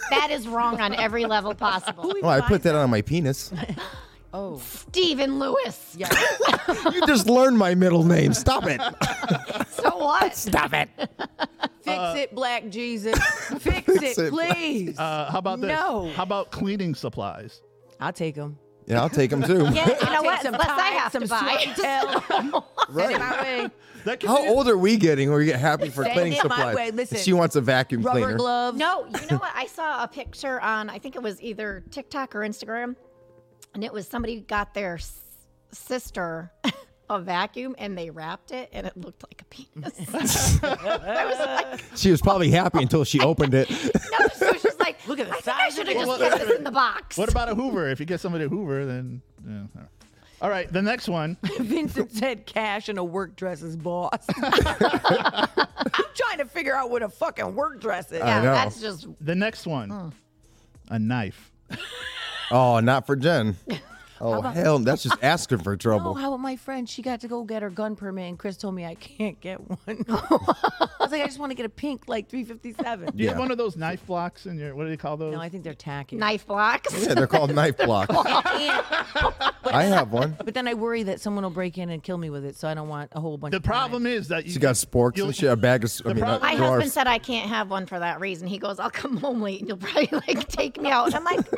J: that is wrong on every level possible.
C: Well, I put that on my penis.
F: Oh,
J: Stephen Lewis.
F: yeah.
C: you just learned my middle name. Stop it.
J: So what? Stop it.
F: Fix it, Black Jesus. Fix it,
C: it, Black
F: please.
I: Uh, how about this?
F: No.
I: How about cleaning supplies?
F: I'll take them.
C: Yeah, I'll take them too.
J: Yeah, you know
F: Take
J: what?
F: some
J: Unless I
F: Tide,
J: have
F: some
J: to buy.
F: Swiftel. Send it my way.
I: That could
C: How
I: be-
C: old are we getting where we get happy for
F: Send
C: cleaning
F: it my
C: supplies?
F: way. Listen.
C: she wants a vacuum
F: Rubber
C: cleaner.
F: gloves.
J: No, you know what? I saw a picture on I think it was either TikTok or Instagram, and it was somebody got their s- sister a vacuum and they wrapped it and it looked like a penis. I was like,
C: She was probably happy until she opened it.
J: no, so she's like,
F: Look at the
J: I think I
F: size of
J: should
F: it.
J: have
I: Well,
J: just kept this in the box.
I: What about a Hoover? If you get somebody a Hoover, then yeah, all right. all right. The next one.
F: Vincent said cash and a work dress is boss. I'm trying to figure out what a fucking work dress is.
J: yeah,
C: know.
J: that's just
I: The next one. A knife.
C: Oh, not for Jen. Oh hell, that's just asking for
F: Oh,
C: trouble.
F: how about my friend? She got to go get her gun permit, and Chris told me I can't get one. I was like, I just want to get a pink, like 357.
I: Do you have
C: Yeah.
I: one of those knife blocks in your? What do they call those?
F: No, I think they're tacky.
J: knife blocks.
C: yeah, they're called knife blocks. I have one.
F: But then I worry that someone will break in and kill me with it, so I don't want a whole bunch.
I: the
F: of
I: problem is that you
C: She got sporks
I: you'll-
C: and shit, a bag of. s- I mean, uh,
I: problem-
J: My husband
C: drawers.
J: said I can't have one for that reason. He goes, I'll come home late and you'll probably like take me out. And I'm like, no,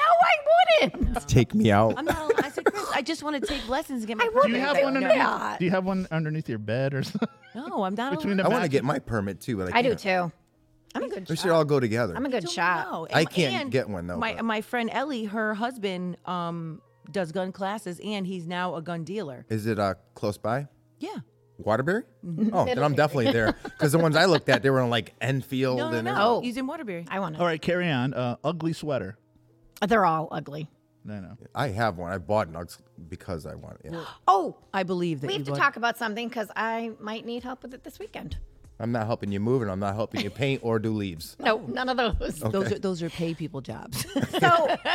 J: I wouldn't.
C: Take me out.
F: I'm not. I said, Chris, I just want to take lessons and get my.
J: I
I: Do
J: wouldn't
I: you
F: permit
I: have
F: back."
I: one
F: No.
I: underneath? Do you have one underneath your bed or something?
F: No, I'm not.
I: Between
F: Between
I: the
C: I want to
I: back-
C: get my permit too, but I,
J: I do
C: can't.
J: too. I'm a good
C: We
J: shot.
C: should all go together.
J: I'm a good shot.
C: I can't get one, though,
F: My
C: but-
F: my friend Ellie, her husband, um, does gun classes, and he's now a gun dealer.
C: Is it uh close by?
F: Yeah.
C: Waterbury?
J: Mm-hmm.
C: Oh, then I'm definitely there because the ones I looked at, they were on like Enfield
F: No, no,
C: and
F: no.
J: Oh.
F: He's in Waterbury.
J: I want
I: All right, carry on. Uh, ugly sweater.
J: to. They're all ugly.
I: No, no.
C: I have one. I bought an Uggs because I want it. Yeah.
J: Oh,
F: I believe that
J: we have
F: you
J: to
F: bought-
J: talk about something because I might need help with it this weekend.
C: I'm not helping you move, and I'm not helping you paint or do leaves.
J: No, none of those.
F: Those are those are pay people jobs.
J: So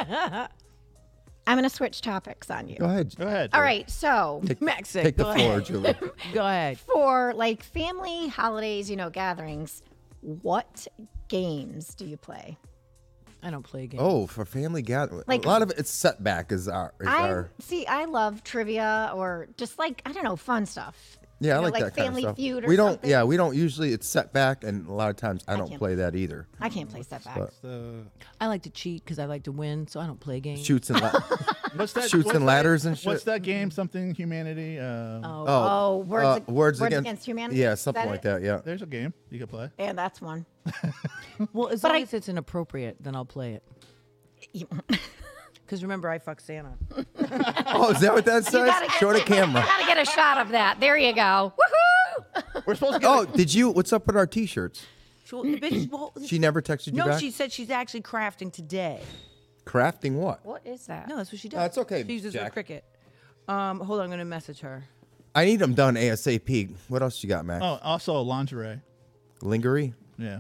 J: I'm going to switch topics on you.
C: Go ahead.
I: Go ahead.
J: All right. So
F: Max, said,
C: Take the
F: go
C: floor,
F: ahead.
C: Julie.
F: Go ahead.
J: for like family holidays, you know, gatherings, what games do you play?
F: I don't play games.
C: Oh, for family gathering,
J: Like-
C: a lot of it's setback is our. Is
J: I
C: our
J: see. I love trivia or just like I don't know, fun stuff.
C: Yeah, I
J: know,
C: like,
J: like
C: that kind of
J: Family
C: stuff.
J: Feud or
C: we don't.
J: something?
C: Yeah, we don't usually. It's set back, and a lot of times I don't
J: can't-
C: play that either.
J: I can't play setbacks.
F: I like to cheat because I like to win, so I don't play games.
C: Shoots and la-
I: What's that?
C: shoots
I: what's
C: and
I: that-
C: ladders and
I: What's
C: shit.
I: that game? Something humanity. Um,
J: Oh, words,
C: Uh,
J: ag-
C: words, against,
J: humanity.
C: Yeah,
J: Is
C: something
J: that
C: like that.
J: it?
C: Yeah.
I: There's a game you could play.
J: Yeah, that's one.
F: Well, as
J: But
F: long
J: I-
F: as it's inappropriate, then I'll play it. Because remember, I fuck Santa.
C: Oh, is that what that says?
J: gotta get-
C: Show the camera.
J: Gotta get a shot of that. There you go. Woohoo!
I: We're supposed to. Get
C: Oh, did you? What's up with our T-shirts?
F: She, well, the bitch, well,
C: She never texted you
F: no,
C: back.
F: she said she's actually crafting today.
C: crafting what?
J: What is that?
F: No, that's what she does.
C: No, it's okay,
F: She uses her
C: Jack.
F: cricket. Um, hold on, I'm gonna message her.
C: I need them done ASAP. What else you got, Max?
I: Oh, also lingerie.
C: Lingerie.
I: Yeah.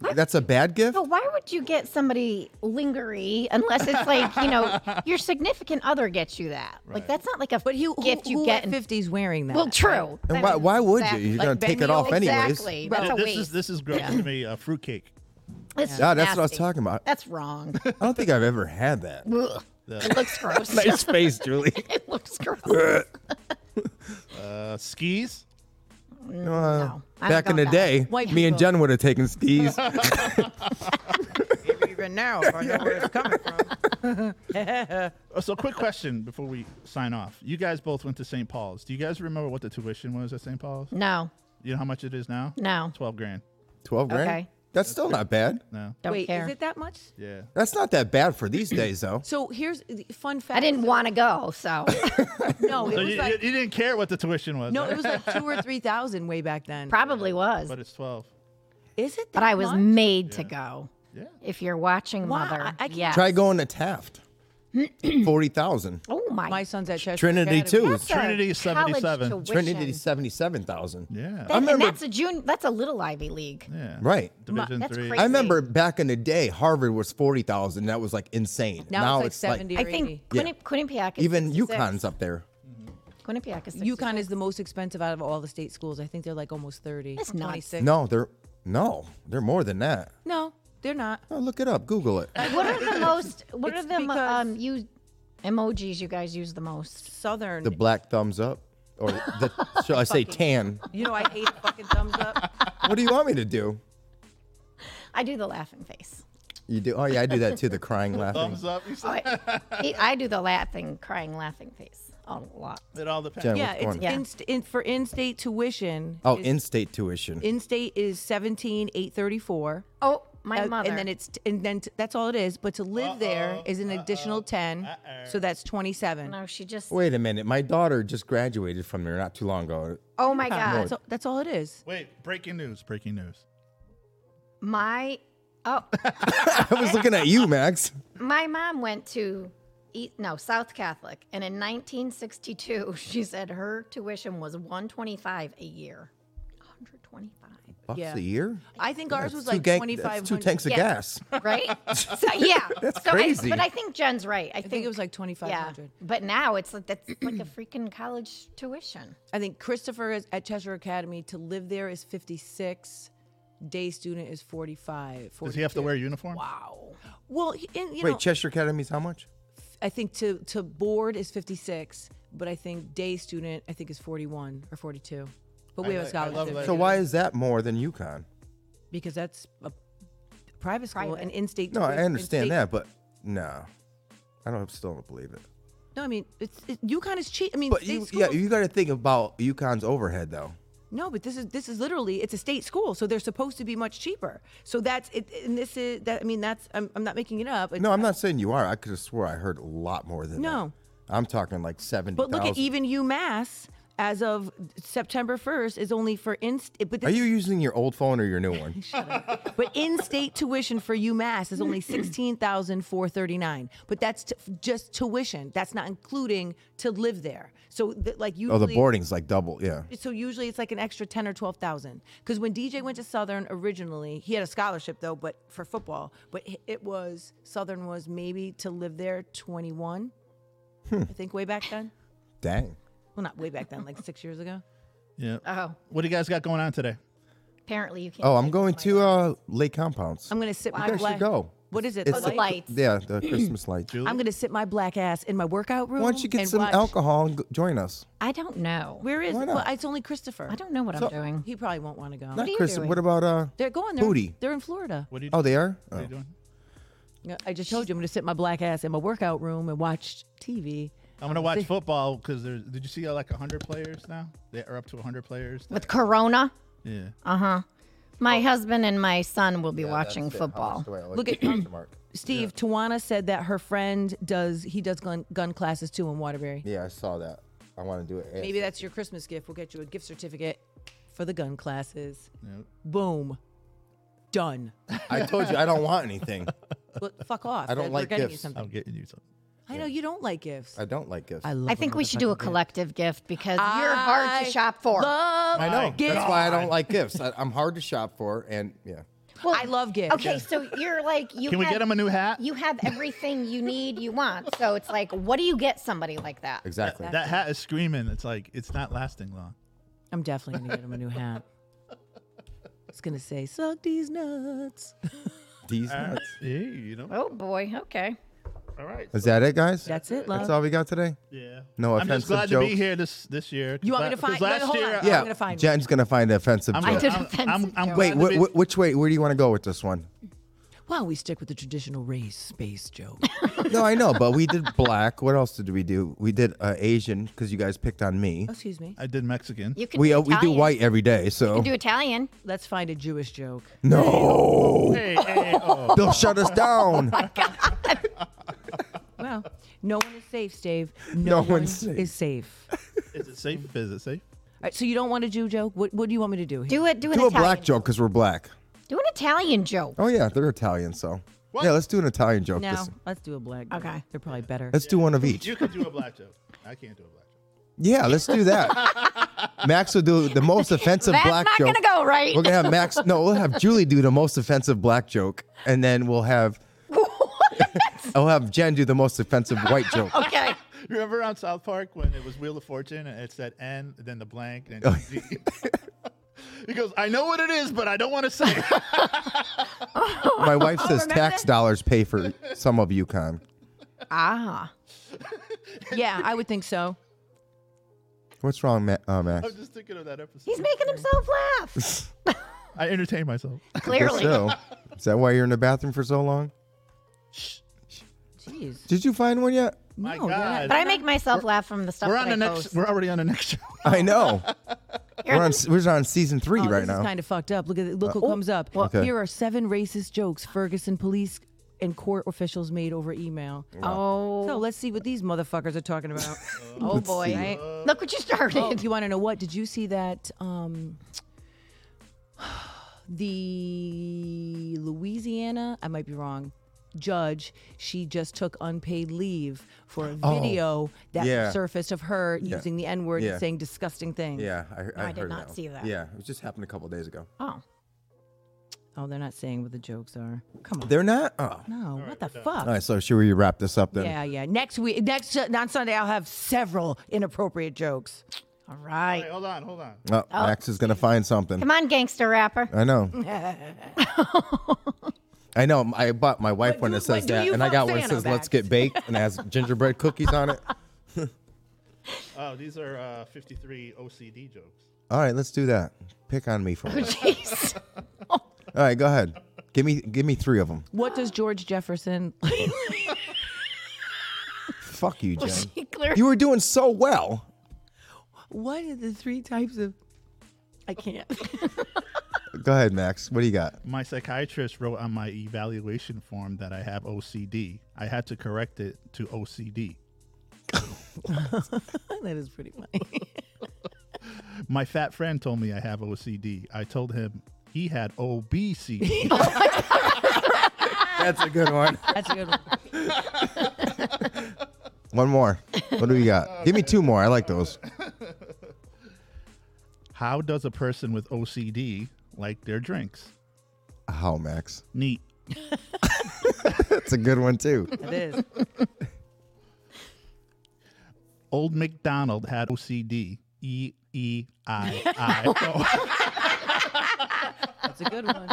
C: That's a bad gift.
J: So why would you get somebody lingerie unless it's like you know your significant other gets you that? Like that's not like a
F: But he, who,
J: gift you
F: who
J: get.
F: at
J: in-
F: 50s wearing that?
J: well, true.
C: and
J: I
C: why,
J: mean,
C: why would
J: exactly.
C: you? You're gonna
F: Like
C: take it
F: Benny
C: off
F: Hill.
C: anyways.
J: Exactly. That's a
I: Th- this
J: waste.
I: is this is gross to me. A fruitcake.
J: It's just
C: Yeah, that's what I was
J: nasty.
C: talking about.
J: That's wrong. Ugh.
C: I don't think I've ever had that.
J: It looks gross.
C: space, Julie.
J: it looks gross.
I: Uh, skis.
J: no, I'm
C: Uh, Back in the
J: going back.
C: day,
F: White
C: me and
F: people.
C: Jen would have taken skis.
F: Even now, if I know where it's coming from.
I: Uh, So, quick question before we sign off. You guys both went to St. Paul's. Do you guys remember what the tuition was at St. Paul's?
J: No,
I: You know how much it is now?
J: No.
I: Twelve grand.
C: Twelve grand.
J: Okay.
C: That's still not bad.
I: No.
J: don't
F: Wait,
J: care.
F: is it that much?
I: Yeah.
C: That's not that bad for these days, though.
F: So here's the fun fact.
J: I didn't want to go, so
F: No, it
I: So
F: was
I: you,
F: like
I: you- you didn't care what the tuition was.
F: no,
I: right?
F: it was like two or three thousand way back then.
J: probably was.
I: But it's twelve.
F: Is it? That
J: But I was
F: much?
J: made to go.
I: Yeah.
J: If you're watching,
F: Why?
J: mother,
F: I- I can't-
J: yes.
C: Try going to Taft. Forty thousand.
J: Oh my,
F: My son's at Chester
C: Trinity
F: Academy.
C: too.
J: That's
C: It's
J: a
I: Trinity
J: college
I: 77.
J: tuition.
C: Trinity seventy-seven thousand.
I: Yeah.
J: That- and
C: remember-
J: that's a junior. That's a little Ivy League.
I: yeah.
C: Right.
I: Division
J: that's
I: three.
J: crazy.
C: I remember back in the day, Harvard was forty thousand. That was like insane.
F: Now, it's like seventy
J: I
F: or eighty.
J: think Quinnipiac, Quinnipiac is
C: even
J: 66.
C: UConn's up there.
J: Quinnipiac is 66.
F: UConn is the most expensive out of all the state schools. I think they're like almost thirty.
J: That's nuts.
F: 26.
C: No, they're no, they're more than that.
F: No, they're not.
C: Oh, look it up. Google it.
J: What are the most? What are
F: It's
J: the
F: because-
J: um you emojis you guys use the most?
F: Southern.
C: The black thumbs up, or the shall I say tan?
F: you know, I hate fucking thumbs up.
C: What do you want me to do?
J: I do the laughing face.
C: You do? Oh yeah, I do that too. The crying, laughing.
I: Thumbs up. You
J: Oh,
I: said
J: I, I do the laughing, crying, laughing face a lot.
I: it all depends.
C: Jen,
F: Yeah,
C: what's
F: it's
C: going on?
J: on?
F: inst- in, for in-state tuition.
C: Oh,
F: is-
C: in-state tuition.
F: in-state is seventeen eight thirty-four.
J: Oh, my mother.
F: and then it's t- and then t- that's all it is. But to live there is an additional 10 so that's twenty-seven.
J: no, she just.
C: Wait a minute. My daughter just graduated from there not too long ago.
J: Oh my god,
F: That's all, that's all it is.
I: Wait. Breaking news. Breaking news.
J: my oh.
C: I was looking at you, Max.
J: My mom went to E- no South Catholic, and in 1962, she said her tuition was 125 a year. 125,
C: Bucks
F: Yeah.
C: a year?
F: I think ours was
C: Two
F: like
C: gang-
F: twenty
C: that's
F: five
C: two
F: hundred.
C: tanks of
J: Yeah.
C: gas.
J: right? so, yeah, that's so
C: crazy.
J: I, but I think Jen's right. I,
F: I think it was like twenty five
J: yeah,
F: hundred.
J: but now it's like that's like a freaking college tuition.
F: I think Christopher is at Cheshire Academy. To live there is fifty six. Day student is forty five.
I: Does he have to wear a uniform?
J: Wow.
F: Well, he- and, you
C: Wait,
F: know,
C: Cheshire Academy's how much?
F: I think to to board is fifty six, but I think day student I think is forty one or forty two. But we have a
I: like- I love
F: scholarship
I: that.
C: So why is that more than UConn?
F: because that's a private school
J: Private.
F: and in-state.
C: No, I
F: tuition-
C: understand
F: in-state-
C: that, but no, I don't still don't believe it.
F: No, I mean it's it, UConn is cheap. I mean,
C: But
F: state
C: you,
F: schools,
C: yeah, you got to think about UConn's overhead though.
F: no, but this is this is literally it's a state school, so they're supposed to be much cheaper. So that's it, and this is that. I mean, that's I'm, I'm not making it up. It's-
C: No, I'm not saying you are. I could have swore I heard a lot more than
F: No.
C: that. I'm talking like seventy.
F: but look at even UMass as of September 1st is only for in. But
C: Are
F: this,
C: you using your old phone or your new one?
F: but in-state tuition for UMass is only sixteen thousand four thirty-nine. But that's t- just tuition. That's not including to live there. So th- like you.
C: oh, the boarding's like double. Yeah.
F: so usually it's like an extra 10 or 12,000 cuz when DJ went to Southern originally he had a scholarship though but for football but h- it was Southern was maybe to live there 21
C: Hmm.
F: I think way back then
C: Dang.
F: well not way back then like 6 years ago
I: Yeah.
J: Oh,
I: What do you guys got going on today?
J: apparently you can't.
C: Oh, I'm
J: take
C: going
J: my-
C: to uh Lake Compounds.
F: I'm going to sit
C: you
F: my
C: guys
F: black
C: should go.
F: What is it?
C: It's
J: the
C: a-
J: lights.
C: Yeah, the Christmas lights.
F: I'm gonna sit my black ass in my workout room.
C: Why don't you get
F: and
C: some
F: watch-
C: alcohol and go, join us?
J: I don't know.
F: Where is?
C: Why
F: Well,
C: not?
F: it's only Christopher.
J: I don't know what I'm doing.
F: He probably won't want to go.
C: Not
J: are you
C: Chris.
J: doing?
C: What about uh?
F: They're going. They're,
C: Booty.
F: They're in Florida.
I: What are you
C: Oh,
I: doing?
C: they are.
I: What are
C: Oh.
I: you doing?
F: Yeah, I just told you I'm gonna sit my black ass in my workout room and watch TV.
I: I'm gonna watch football because there's. Did you see uh, like hundred players now? They are up to hundred players.
J: With Corona,
I: Yeah.
J: my husband and my son will be watching football.
F: Look at Steve. Tawana said that her friend does. He does gun gun classes too in Waterbury.
C: Yeah, I saw that. I want to do it.
F: Maybe that's your Christmas gift. We'll get you a gift certificate for the gun classes.
I: Yep.
F: Boom. Done.
C: I told you I don't want anything.
F: Well, fuck off.
C: I don't
F: We're
C: like
F: getting You
C: gifts.
F: something.
I: I'm getting you something.
F: I know you don't like gifts.
C: I don't like gifts.
F: I,
C: I,
F: love
J: I think
F: a
J: we should do a
F: motherfucking gift.
J: collective gift because you're hard
F: I
J: to shop for.
F: Love
C: know.
F: gifts.
C: That's why I don't like gifts. I, I'm hard to shop for, and yeah.
J: Well,
F: I love gifts.
J: Okay, so you're like you.
I: Can we
J: have-
I: get him a new hat?
J: You have everything you need, you want. So it's like, what do you get somebody like that?
C: Exactly.
I: That hat is screaming. It's like it's not lasting long.
F: I'm definitely gonna get him a new hat. It's gonna say "suck these nuts."
C: These nuts.
I: Yeah, you know.
J: Oh boy, okay.
I: All right.
C: Is that it, guys?
F: That's it, love.
C: That's all we got today.
I: Yeah.
C: No
I: I'm just
C: offensive
I: glad to be
C: jokes.
I: here this this year. 'cause
F: You want me
I: la-
F: to find-
I: 'cause
F: wait,
I: Last
F: hold
I: year,
F: on.
I: I-
C: Yeah,
F: gonna find one.
C: Jen's gonna find an offensive
I: I'm,
C: joke.
J: did
I: I'm,
J: offensive
I: I'm, I'm
J: jokes.
C: Wait,
I: glad to
C: wh-
I: be-
C: wh- which way? Where do you want to go with this one?
F: Well, we stick with the traditional race space joke.
C: No, I know, but we did black. What else did we do? We did uh, Asian because you guys picked on me.
F: Excuse me.
I: I did Mexican.
J: You can
C: We
J: do
C: uh, we do
J: Italian.
C: white every day,
J: You
C: so
J: can do Italian.
F: Let's find a Jewish joke.
C: no,
I: Hey, hey, oh.
C: they'll shut us down.
F: Well, no one is safe, Dave.
C: No
F: No,
C: one's
F: one
C: safe.
F: is safe. All
I: Is it safe? Is it safe?
F: right, so you don't want a Jew joke? What, what do you want me to do? here?
J: Do it. Do an
C: do a
J: Italian.
C: black joke because we're black.
J: Do an Italian joke.
C: Oh yeah, they're Italian, so yeah, let's do an Italian joke.
F: no,
C: This-
F: let's do a black.
J: Okay.
F: they're probably better.
C: let's do one of each.
I: You could do a black joke. I can't do a black joke.
C: Yeah, let's do that. Max will do the most offensive
J: That's
C: black
J: not
C: joke.
J: gonna go right.
C: We're gonna have Max. No, we'll have Julie do the most offensive black joke, and then we'll have. I'll have Jen do the most offensive white joke.
J: Okay.
I: Remember on South Park when it was Wheel of Fortune and it said N, then the blank, and then G. he goes, I know what it is, but I don't want to say it.
F: Oh,
C: My wife says tax dollars pay for some of UConn.
J: Ah.
F: yeah, I would think so.
C: What's wrong, Ma- uh, Max?
I: I'm just thinking of that episode.
J: He's making himself laugh.
I: I entertain myself.
J: Clearly.
C: So, is that why you're in the bathroom for so long?
F: Jeez.
C: Did you find one yet?
I: My
F: No, they're not-
I: God.
J: But I make myself laugh from the stuff
I: we're
J: that
I: on
J: I
I: the next.
J: post.
I: We're already on the next show.
C: I know.
J: Here,
C: We're on. s- We're on season three
F: Oh,
C: right
F: this
C: now. Uh, oh,
F: is kind of fucked up. Look at look what comes up.
C: okay.
F: Here are seven racist jokes Ferguson police and court officials made over email.
J: Oh.
F: So let's see what these motherfuckers are talking about.
J: oh boy.
F: Right?
J: Look what you started.
F: Oh, you want to know what? Did you see that? Um, the Louisiana, I might be wrong, judge, she just took unpaid leave for a video that
C: Oh, yeah.
F: surfaced of her using the N word
C: Yeah.
F: and saying disgusting things.
C: yeah, I, I,
J: I did
C: heard
J: not
C: that one.
J: see that.
C: Yeah, it just happened a couple days ago.
J: Oh.
F: Oh, they're not saying what the jokes are. Come on.
C: They're not. Oh.
F: no, what the fuck?
C: All right, so should we wrap this up then?
F: Yeah, yeah. Next week, next uh, on Sunday, I'll have several inappropriate jokes.
J: All
I: Hey,
J: right.
I: hold on, hold on.
C: Oh, Max is gonna find something.
J: Come on, gangster rapper.
C: I know. I know. I bought my wife
F: What
C: one
F: do-
C: that says
F: what do
C: that,
F: you
C: and I
F: want
C: got one that
F: Santa
C: says "Let's
F: bags?
C: get baked" and it has gingerbread cookies on it.
I: Oh, these are uh, 53 OCD jokes.
C: All right, let's do that. Pick on me for one.
J: Jeez.
C: All right, go ahead. Give me, give me three of them.
F: What does George Jefferson?
C: Fuck you, Jen.
J: She clear-
C: You were doing so well.
F: what are the three types of? I can't.
C: Go ahead, Max. What do you got?
I: My psychiatrist wrote on my evaluation form that I have OCD. I had to correct it to OCD.
F: that is pretty funny.
I: My fat friend told me I have OCD. I told him he had OBCD.
C: That's a good one.
F: That's a good one.
C: One more. What do we got? Give me two more. I like those.
I: How does a person with OCD like their drinks?
C: How, Oh, Max?
I: Neat.
C: That's a good one too.
F: It is.
I: Old McDonald had OCD. E E I Oh, I O.
F: That's a good one.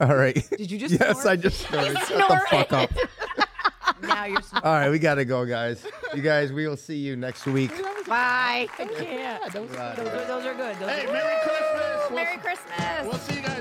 C: All right.
F: Did you just
C: Yes,
F: snort?
C: I just snorted.
J: He's
C: Shut the fuck up.
J: snorting.
F: now you're snorting.
C: All right, we gotta go, guys. You guys, we will see you next week.
J: Bye.
F: Yeah, those, those are good. Those are
I: Hey, Merry Christmas. We'll-
J: Merry Christmas.
I: We'll see you guys